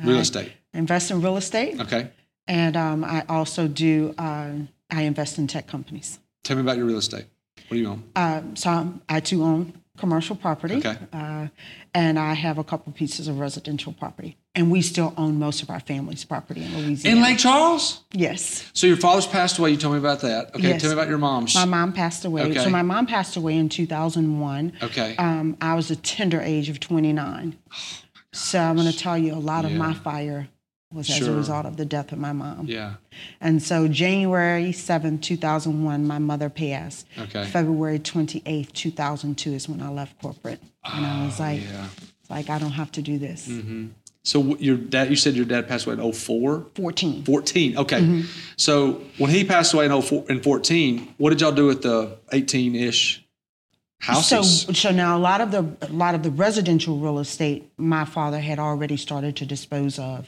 S1: Real
S2: I
S1: estate.
S2: Invest in real estate,
S1: Okay.
S2: and um, I also do. um I invest in tech companies.
S1: Tell me about your real estate. What do you own?
S2: Um, so I'm, I too own commercial property,
S1: Okay.
S2: uh, and I have a couple pieces of residential property, and we still own most of our family's property in Louisiana.
S1: In Lake Charles.
S2: yes,
S1: So your father's passed away. You told me about that. Okay.
S2: Yes.
S1: Tell me about your mom's.
S2: my mom passed away.
S1: Okay.
S2: So my mom passed away in 2001.
S1: Okay. Oh,
S2: Um, I was a tender age of 29. So I'm going to tell you a lot of my fire was as
S1: Sure.
S2: a result of the death of my mom.
S1: yeah.
S2: And so January 7, 2001, my mother passed.
S1: Okay.
S2: February 28th, 2002 is when I left corporate. And I was like,
S1: Ah, Yeah. Mm-hmm.
S2: like I don't have to do this.
S1: So wh- your dad, you said your dad passed away in 04?
S2: 14.
S1: 14. Okay.
S2: Mm-hmm.
S1: So when he passed away in 04, in 14, what did y'all do with the 18 ish
S2: So,
S1: houses?
S2: so now a lot of the a lot of the residential real estate my father had already started to dispose of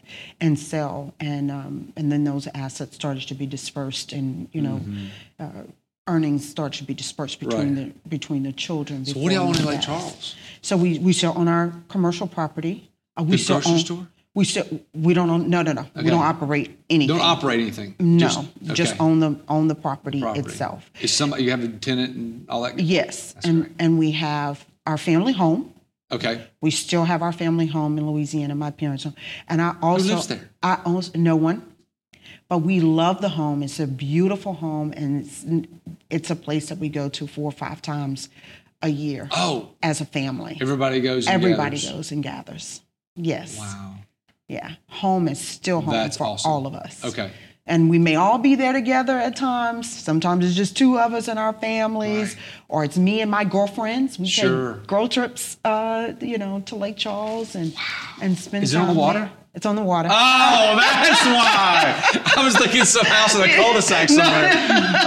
S2: and sell, and um, and then those assets started to be dispersed, and you know,
S1: Mm-hmm.
S2: uh, earnings started to be dispersed between the between the children.
S1: what do y'all own in
S2: before
S1: Lake
S2: that.
S1: Charles?
S2: So we we still own our commercial property. Uh, we
S1: The
S2: still
S1: grocery
S2: own-
S1: store?
S2: We still we don't own no no no we don't operate anything.
S1: Don't operate anything.
S2: no,
S1: Just,
S2: just,
S1: okay.
S2: own the own the
S1: Property.
S2: property itself.
S1: Is somebody you have a tenant and all that?
S2: Yes, and and we have our family home.
S1: Okay.
S2: We still have our family home in Louisiana, my parents' home, and I also
S1: lives there?
S2: I own no one, but we love the home. It's a beautiful home, and it's it's a place that we go to four or five times a year
S1: Oh,
S2: as a family.
S1: everybody goes. and
S2: Everybody
S1: gathers.
S2: goes and gathers. Yes,
S1: Wow.
S2: yeah, home is still home
S1: That's
S2: for
S1: awesome.
S2: all of us.
S1: Okay.
S2: And we may all be there together at times. Sometimes it's just two of us and our families,
S1: Right.
S2: or it's me and my girlfriends. We
S1: Sure.
S2: take girl trips, uh, you know, to Lake Charles and and spend
S1: Is it
S2: time.
S1: on the water?
S2: there. It's on the water.
S1: Oh, that's why. I was thinking some house in a cul-de-sac somewhere.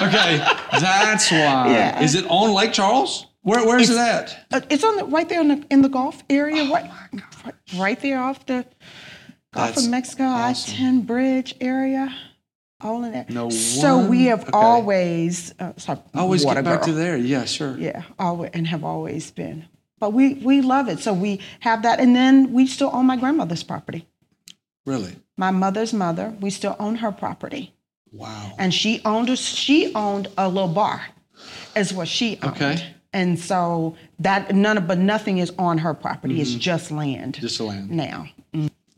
S1: Okay, that's why.
S2: Yeah.
S1: Is it on Lake Charles? Where Where is it at?
S2: Uh, it's on the right there in the in the Gulf area,
S1: Oh
S2: right, right, right there off the Gulf
S1: That's
S2: of Mexico,
S1: awesome.
S2: I ten bridge area. All in that.
S1: No
S2: so we
S1: wonder-
S2: have
S1: okay.
S2: always uh, sorry,
S1: Always
S2: water
S1: get back
S2: girl.
S1: to there. Yeah, sure.
S2: Yeah, always, and have always been. But we we love it, so we have that, and then we still own my grandmother's property.
S1: Really?
S2: My mother's mother, we still own her property,
S1: Wow.
S2: and she owned us. She owned a little bar, is what she owned.
S1: Okay.
S2: And so that none, of- but nothing is on her property. It's just land
S1: Mm-hmm. Just the land.
S2: now.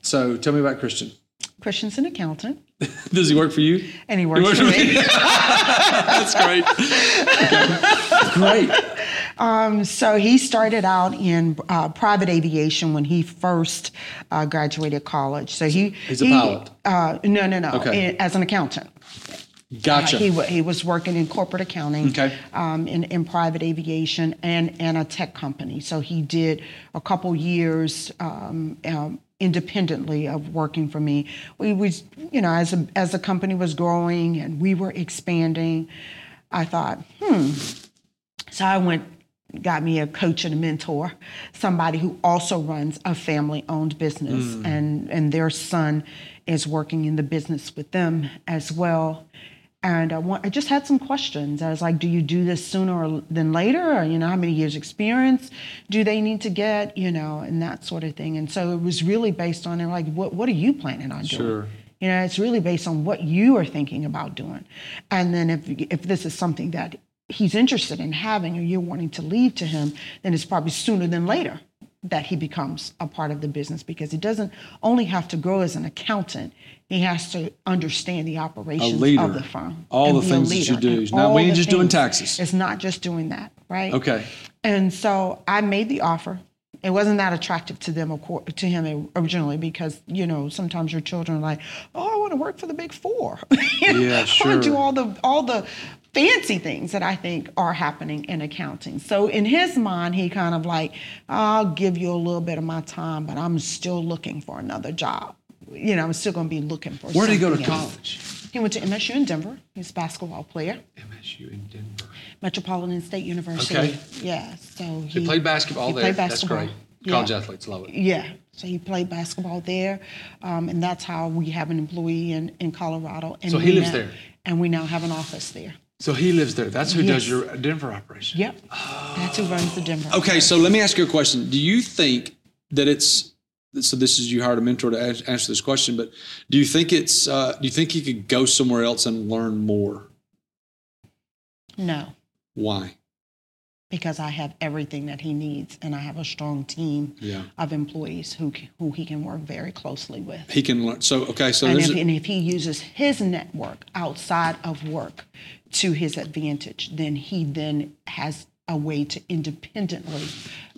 S1: So tell me about Christian.
S2: Christian's an accountant,
S1: Does he work for you?
S2: and he works
S1: works
S2: for
S1: for
S2: me.
S1: That's great. Great.
S2: So he started out in uh, private aviation when he first uh, graduated college. So he
S1: He's a
S2: he-
S1: pilot.
S2: Uh, no, no, no.
S1: Okay.
S2: in- as an accountant,
S1: Gotcha.
S2: he wa- he was working in corporate accounting,
S1: Okay.
S2: um, in in private aviation and and a tech company. So he did a couple years. Um, um, independently of working for me we was you know as a, as the company was growing and we were expanding i thought so I went, got me a coach and a mentor, somebody who also runs a family-owned business, and and their son is working in the business with them as well. And I, want, I just had some questions. I was like, "Do you do this sooner or- than later? Or, you know, how many years experience do they need to get? You know, and that sort of thing." And so it was really based on, like, what what are you planning on doing?
S1: Sure.
S2: You know, it's really based on what you are thinking about doing. And then if if this is something that he's interested in having or you're wanting to lead to him, then it's probably sooner than later that he becomes a part of the business because he doesn't only have to grow as an accountant. He has to understand the operations
S1: leader.
S2: of the firm.
S1: All
S2: and
S1: the
S2: be a
S1: things that you
S2: leader
S1: do.
S2: in
S1: Now, we
S2: all
S1: ain't
S2: the
S1: just doing
S2: things.
S1: taxes.
S2: It's not just doing that, right?
S1: Okay.
S2: And so I made the offer. It wasn't that attractive to them, of course, to him originally, because you know sometimes your children are like, "Oh, I want to work for the Big Four. You know,
S1: Yeah,
S2: I want to do
S1: sure.
S2: all the all the fancy things that I think are happening in accounting." So in his mind, he kind of like, "I'll give you a little bit of my time, but I'm still looking for another job. You know, I'm still going to be looking for."
S1: Where did he go to
S2: something else."
S1: college?
S2: He went to MSU in Denver. He's a basketball player,
S1: MSU in Denver.
S2: Metropolitan State University.
S1: Okay.
S2: Yeah, so
S1: He played basketball
S2: he
S1: there.
S2: played basketball.
S1: That's great. College
S2: Yeah.
S1: athletes love it.
S2: Yeah. So he played basketball there, um, and that's how we have an employee in, in Colorado. And
S1: So he
S2: we
S1: lives
S2: now-
S1: there?
S2: and we now have an office there.
S3: So he lives there. That's who does
S2: Yes.
S3: your Denver operation.
S2: Yep. That's who runs the Denver.
S1: Okay, so let me ask you a question. Do you think that it's so? This is you hired a mentor to ans- answer this question, but do you think it's? Uh, do you think you could go somewhere else and learn more?
S2: No,
S1: Why?
S2: because I have everything that he needs, and I have a strong team
S1: Yeah,
S2: of employees who c- who he can work very closely with.
S1: he can learn. So okay, so
S2: and
S1: there's
S2: if,
S1: a,
S2: and if he uses his network outside of work to his advantage, then he then has a way to independently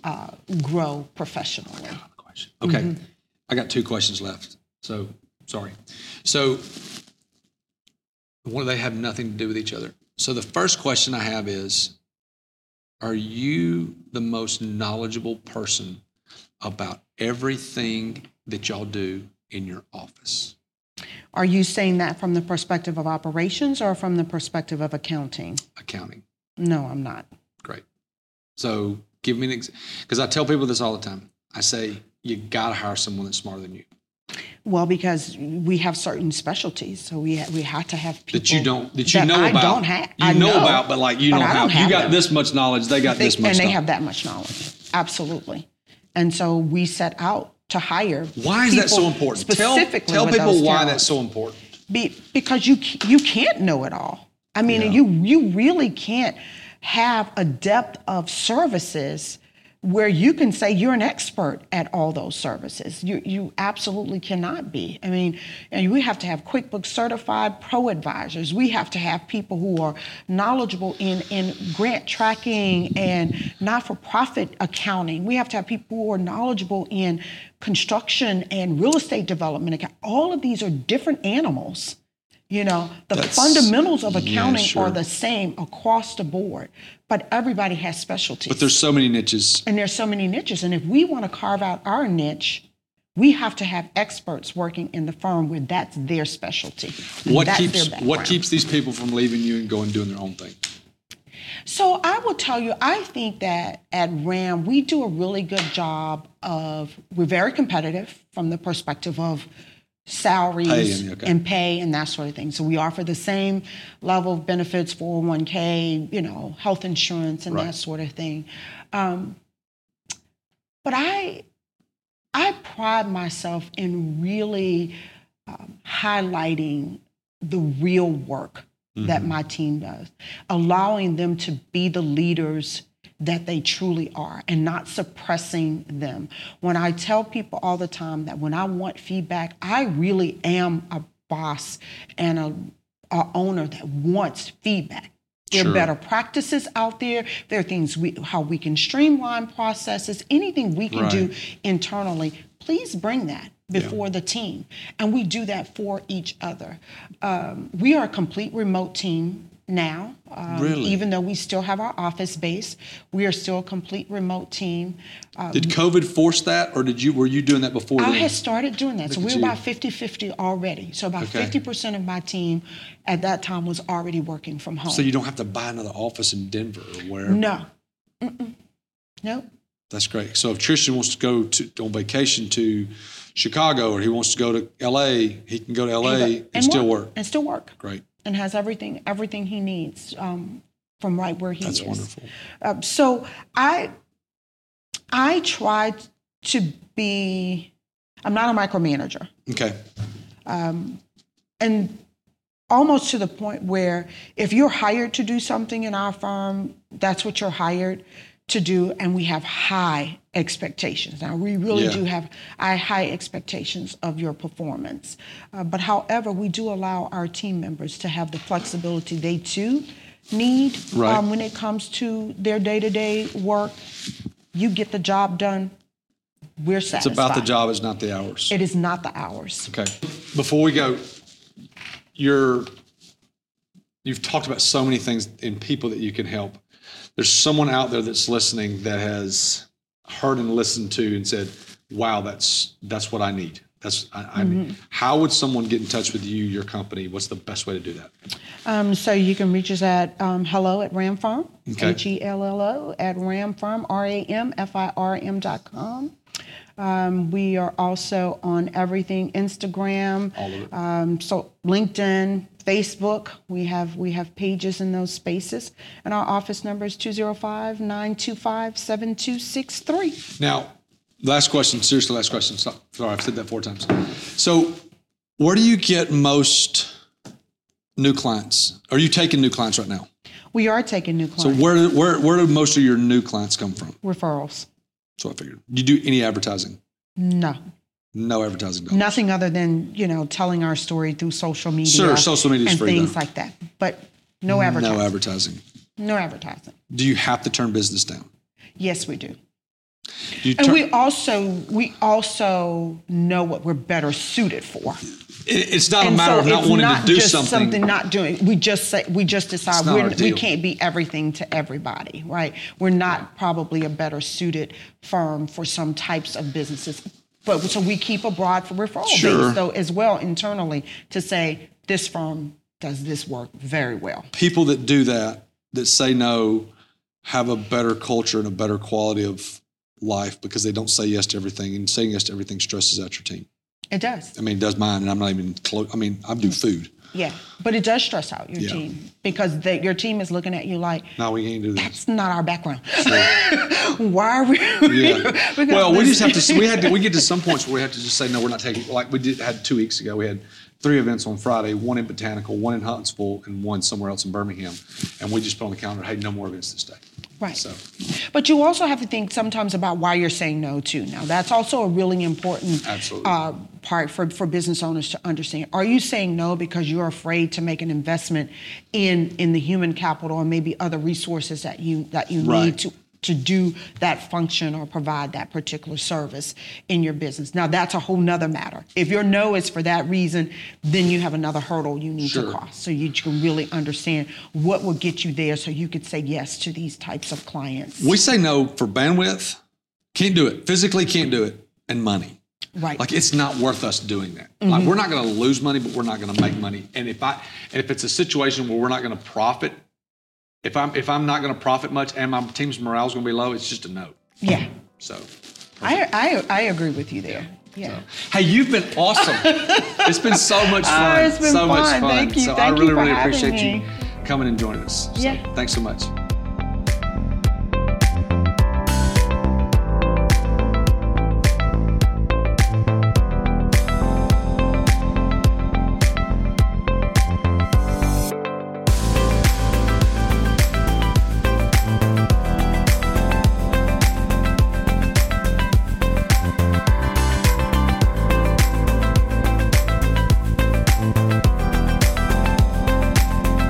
S2: uh, grow professionally.
S1: question. Okay, I got two questions left. So sorry. So one, they have nothing to do with each other. So the first question I have is: Are you the most knowledgeable person about everything that y'all do in your office?
S2: Are you saying that from the perspective of operations or from the perspective of accounting?
S1: Accounting,
S2: No, I'm not.
S1: great. So give me an ex because I tell people this all the time. I say you gotta hire someone that's smarter than you
S2: Well, because we have certain specialties, so we ha- we have to have people
S1: that you don't that you
S2: that
S1: know
S2: I
S1: about.
S2: Don't have.
S1: you know, about, but like you
S2: but
S1: don't
S2: I
S1: have.
S2: don't
S1: you
S2: have
S1: got
S2: it.
S1: this much knowledge. They got
S2: They-
S1: this much.
S2: and they
S1: knowledge.
S2: have that much knowledge absolutely and so we set out to hire
S1: why is that so
S2: people
S1: important? Tell,
S2: specifically
S1: tell
S2: with
S1: people
S2: those
S1: why that's
S2: talents.
S1: so important.
S2: Be, because you c- you can't know it all i mean
S1: Yeah.
S2: you you really can't have a depth of services where you can say you're an expert at all those services you you absolutely cannot be i mean and we have to have quickbooks certified pro advisors we have to have people who are knowledgeable in in grant tracking and not for profit accounting we have to have people who are knowledgeable in construction and real estate development account. all of these are different animals you know, the
S1: That's-
S2: fundamentals of
S1: yeah,
S2: accounting
S1: sure.
S2: are the same across the board, but everybody has specialties.
S1: But there's so many niches.
S2: and there's so many niches. And if we want to carve out our niche, we have to have experts working in the firm where that's their specialty. and
S1: What
S2: that's their
S1: keeps what
S2: background.
S1: keeps these people from leaving you and going and doing their own thing?
S2: So I will tell you, I think that at RAM, we do a really good job of, we're very competitive from the perspective of salaries
S1: Pay and- okay.
S2: and pay and that sort of thing. So we offer the same level of benefits, 401k, you know, health insurance and
S1: Right.
S2: that sort of thing. Um, but I, I pride myself in really um, highlighting the real work that my team does, allowing them to be the leaders that they truly are and not suppressing them. When I tell people all the time that when I want feedback, I really am a boss and a, a owner that wants feedback. There
S1: Sure.
S2: are better practices out there. There are things we, how we can streamline processes, anything we can
S1: Right.
S2: do internally. Please bring that before the team. And we do that for each other. Um, we are a complete remote team now. Um,
S1: Really?
S2: Even though we still have our office base, we are still a complete remote team. Uh,
S1: Did COVID force that, or did you were you doing that before?
S2: I
S1: then?
S2: had started doing that. So
S1: Look
S2: we're
S1: at you.
S2: about 50 50 already. So about
S1: Okay.
S2: 50% of my team at that time was already working from home.
S1: so you don't have to buy another office in Denver or wherever.
S2: no. Mm-mm. Nope.
S1: That's great. So if Tristan wants to go to on vacation to Chicago, or he wants to go to L.A., he can go to L.A. and, still work.
S2: and still work
S1: Great.
S2: and has everything everything he needs um, from right where he
S1: That's
S2: is.
S1: wonderful.
S2: Um, so I I tried to be. I'm not a micromanager,
S1: Okay.
S2: and almost to the point where if you're hired to do something in our firm, that's what you're hired to do, and we have high expectations. Now we really
S1: Yeah.
S2: do have I high expectations of your performance, Uh, but however, we do allow our team members to have the flexibility they too need
S1: Right.
S2: um, when it comes to their day-to-day work. You get the job done. We're
S1: It's
S2: satisfied.
S1: about the job, it's not the hours.
S2: It is not the hours.
S1: Okay. Before we go, you're you've talked about so many things and people that you can help. There's someone out there that's listening that has heard and listened to and said, "Wow, that's that's what I need." That's I, I need. How would someone get in touch with you, your company? What's the best way to do that?
S2: Um, so you can reach us at um, hello at Ram Farm,
S1: Okay.
S2: H E L L O at Ram Farm, R A M F I R M dot com. Um, we are also on everything Instagram,
S1: All of it.
S2: um, so LinkedIn, Facebook. We have we have pages in those spaces, and our office number is 205-925-7263.
S1: Now, last question. Seriously, last question. Stop. Sorry, I've said that four times. So, where do you get most new clients? Are you taking new clients right now?
S2: We are taking new
S1: So,
S2: clients
S1: where where where do most of your new clients come from?
S2: referrals.
S1: So I figured. Do you do any advertising?
S2: No,
S1: No advertising. dollars.
S2: nothing other than you know telling our story through social media.
S1: Sure, social media's
S2: and
S1: free, though.
S2: things like that, but no advertising.
S1: No advertising.
S2: no advertising.
S1: Do you have to turn business down?
S2: Yes, we do.
S1: Do you
S2: And
S1: turn-
S2: we also we also know what we're better suited for.
S1: it- it's not a
S2: and
S1: matter of not
S2: it's
S1: wanting
S2: not
S1: to do
S2: just
S1: something.
S2: not doing. We just say we just decide
S1: It's not
S2: we're,
S1: our
S2: we
S1: deal.
S2: can't be everything to everybody, right? We're not probably a better suited firm for some types of businesses, but so we keep a broad referral
S1: Sure.
S2: base, so as well internally to say this firm does this work very well.
S1: People that do that, that say no, have a better culture and a better quality of life because they don't say yes to everything. And saying yes to everything stresses out your team.
S2: It does.
S1: I mean, it does mine, and I'm not even close. I mean, I do food.
S2: Yeah, but it does stress out your
S1: Yeah.
S2: team because they, your team is looking at you like
S1: No, we can't do this.
S2: it's not our background. Why are we?
S1: Yeah.
S2: we're gonna
S1: well, we
S2: lose-
S1: just have to. We had to. We get to some points where we have to just say no. We're not taking. Like we did had two weeks ago. We had three events on Friday. One in Botanical, one in Huntsville, and one somewhere else in Birmingham. And we just put on the calendar, hey, no more events this day.
S2: Right.
S1: So
S2: But you also have to think sometimes about why you're saying no too. Now, that's also a really important
S1: Absolutely.
S2: uh, part for, for business owners to understand. Are you saying no because you're afraid to make an investment in in the human capital and maybe other resources that you that you
S1: Right.
S2: need to to do that function or provide that particular service in your business. Now that's a whole nother matter. If your no is for that reason, then you have another hurdle you need
S1: Sure.
S2: to cross so you can really understand what will get you there so you could say yes to these types of clients.
S1: we say no for bandwidth. Can't do it. Physically can't do it. And money.
S2: Right.
S1: Like it's not worth us doing that.
S2: Mm-hmm.
S1: Like we're not going to lose money, but we're not going to make money. And if I and if it's a situation where we're not going to profit, if I'm if I'm not going to profit much and my team's morale is going to be low, it's just a no.
S2: yeah.
S1: So,
S2: I, I I agree with you there. Yeah.
S1: hey, you've been awesome. it's been so much fun.
S2: Ah, it's been
S1: so much
S2: fun.
S1: fun.
S2: Thank you.
S1: So I
S2: Thank you
S1: really,
S2: for
S1: really
S2: having
S1: appreciate
S2: me.
S1: you coming and joining us. So,
S2: Yeah.
S1: Thanks so much.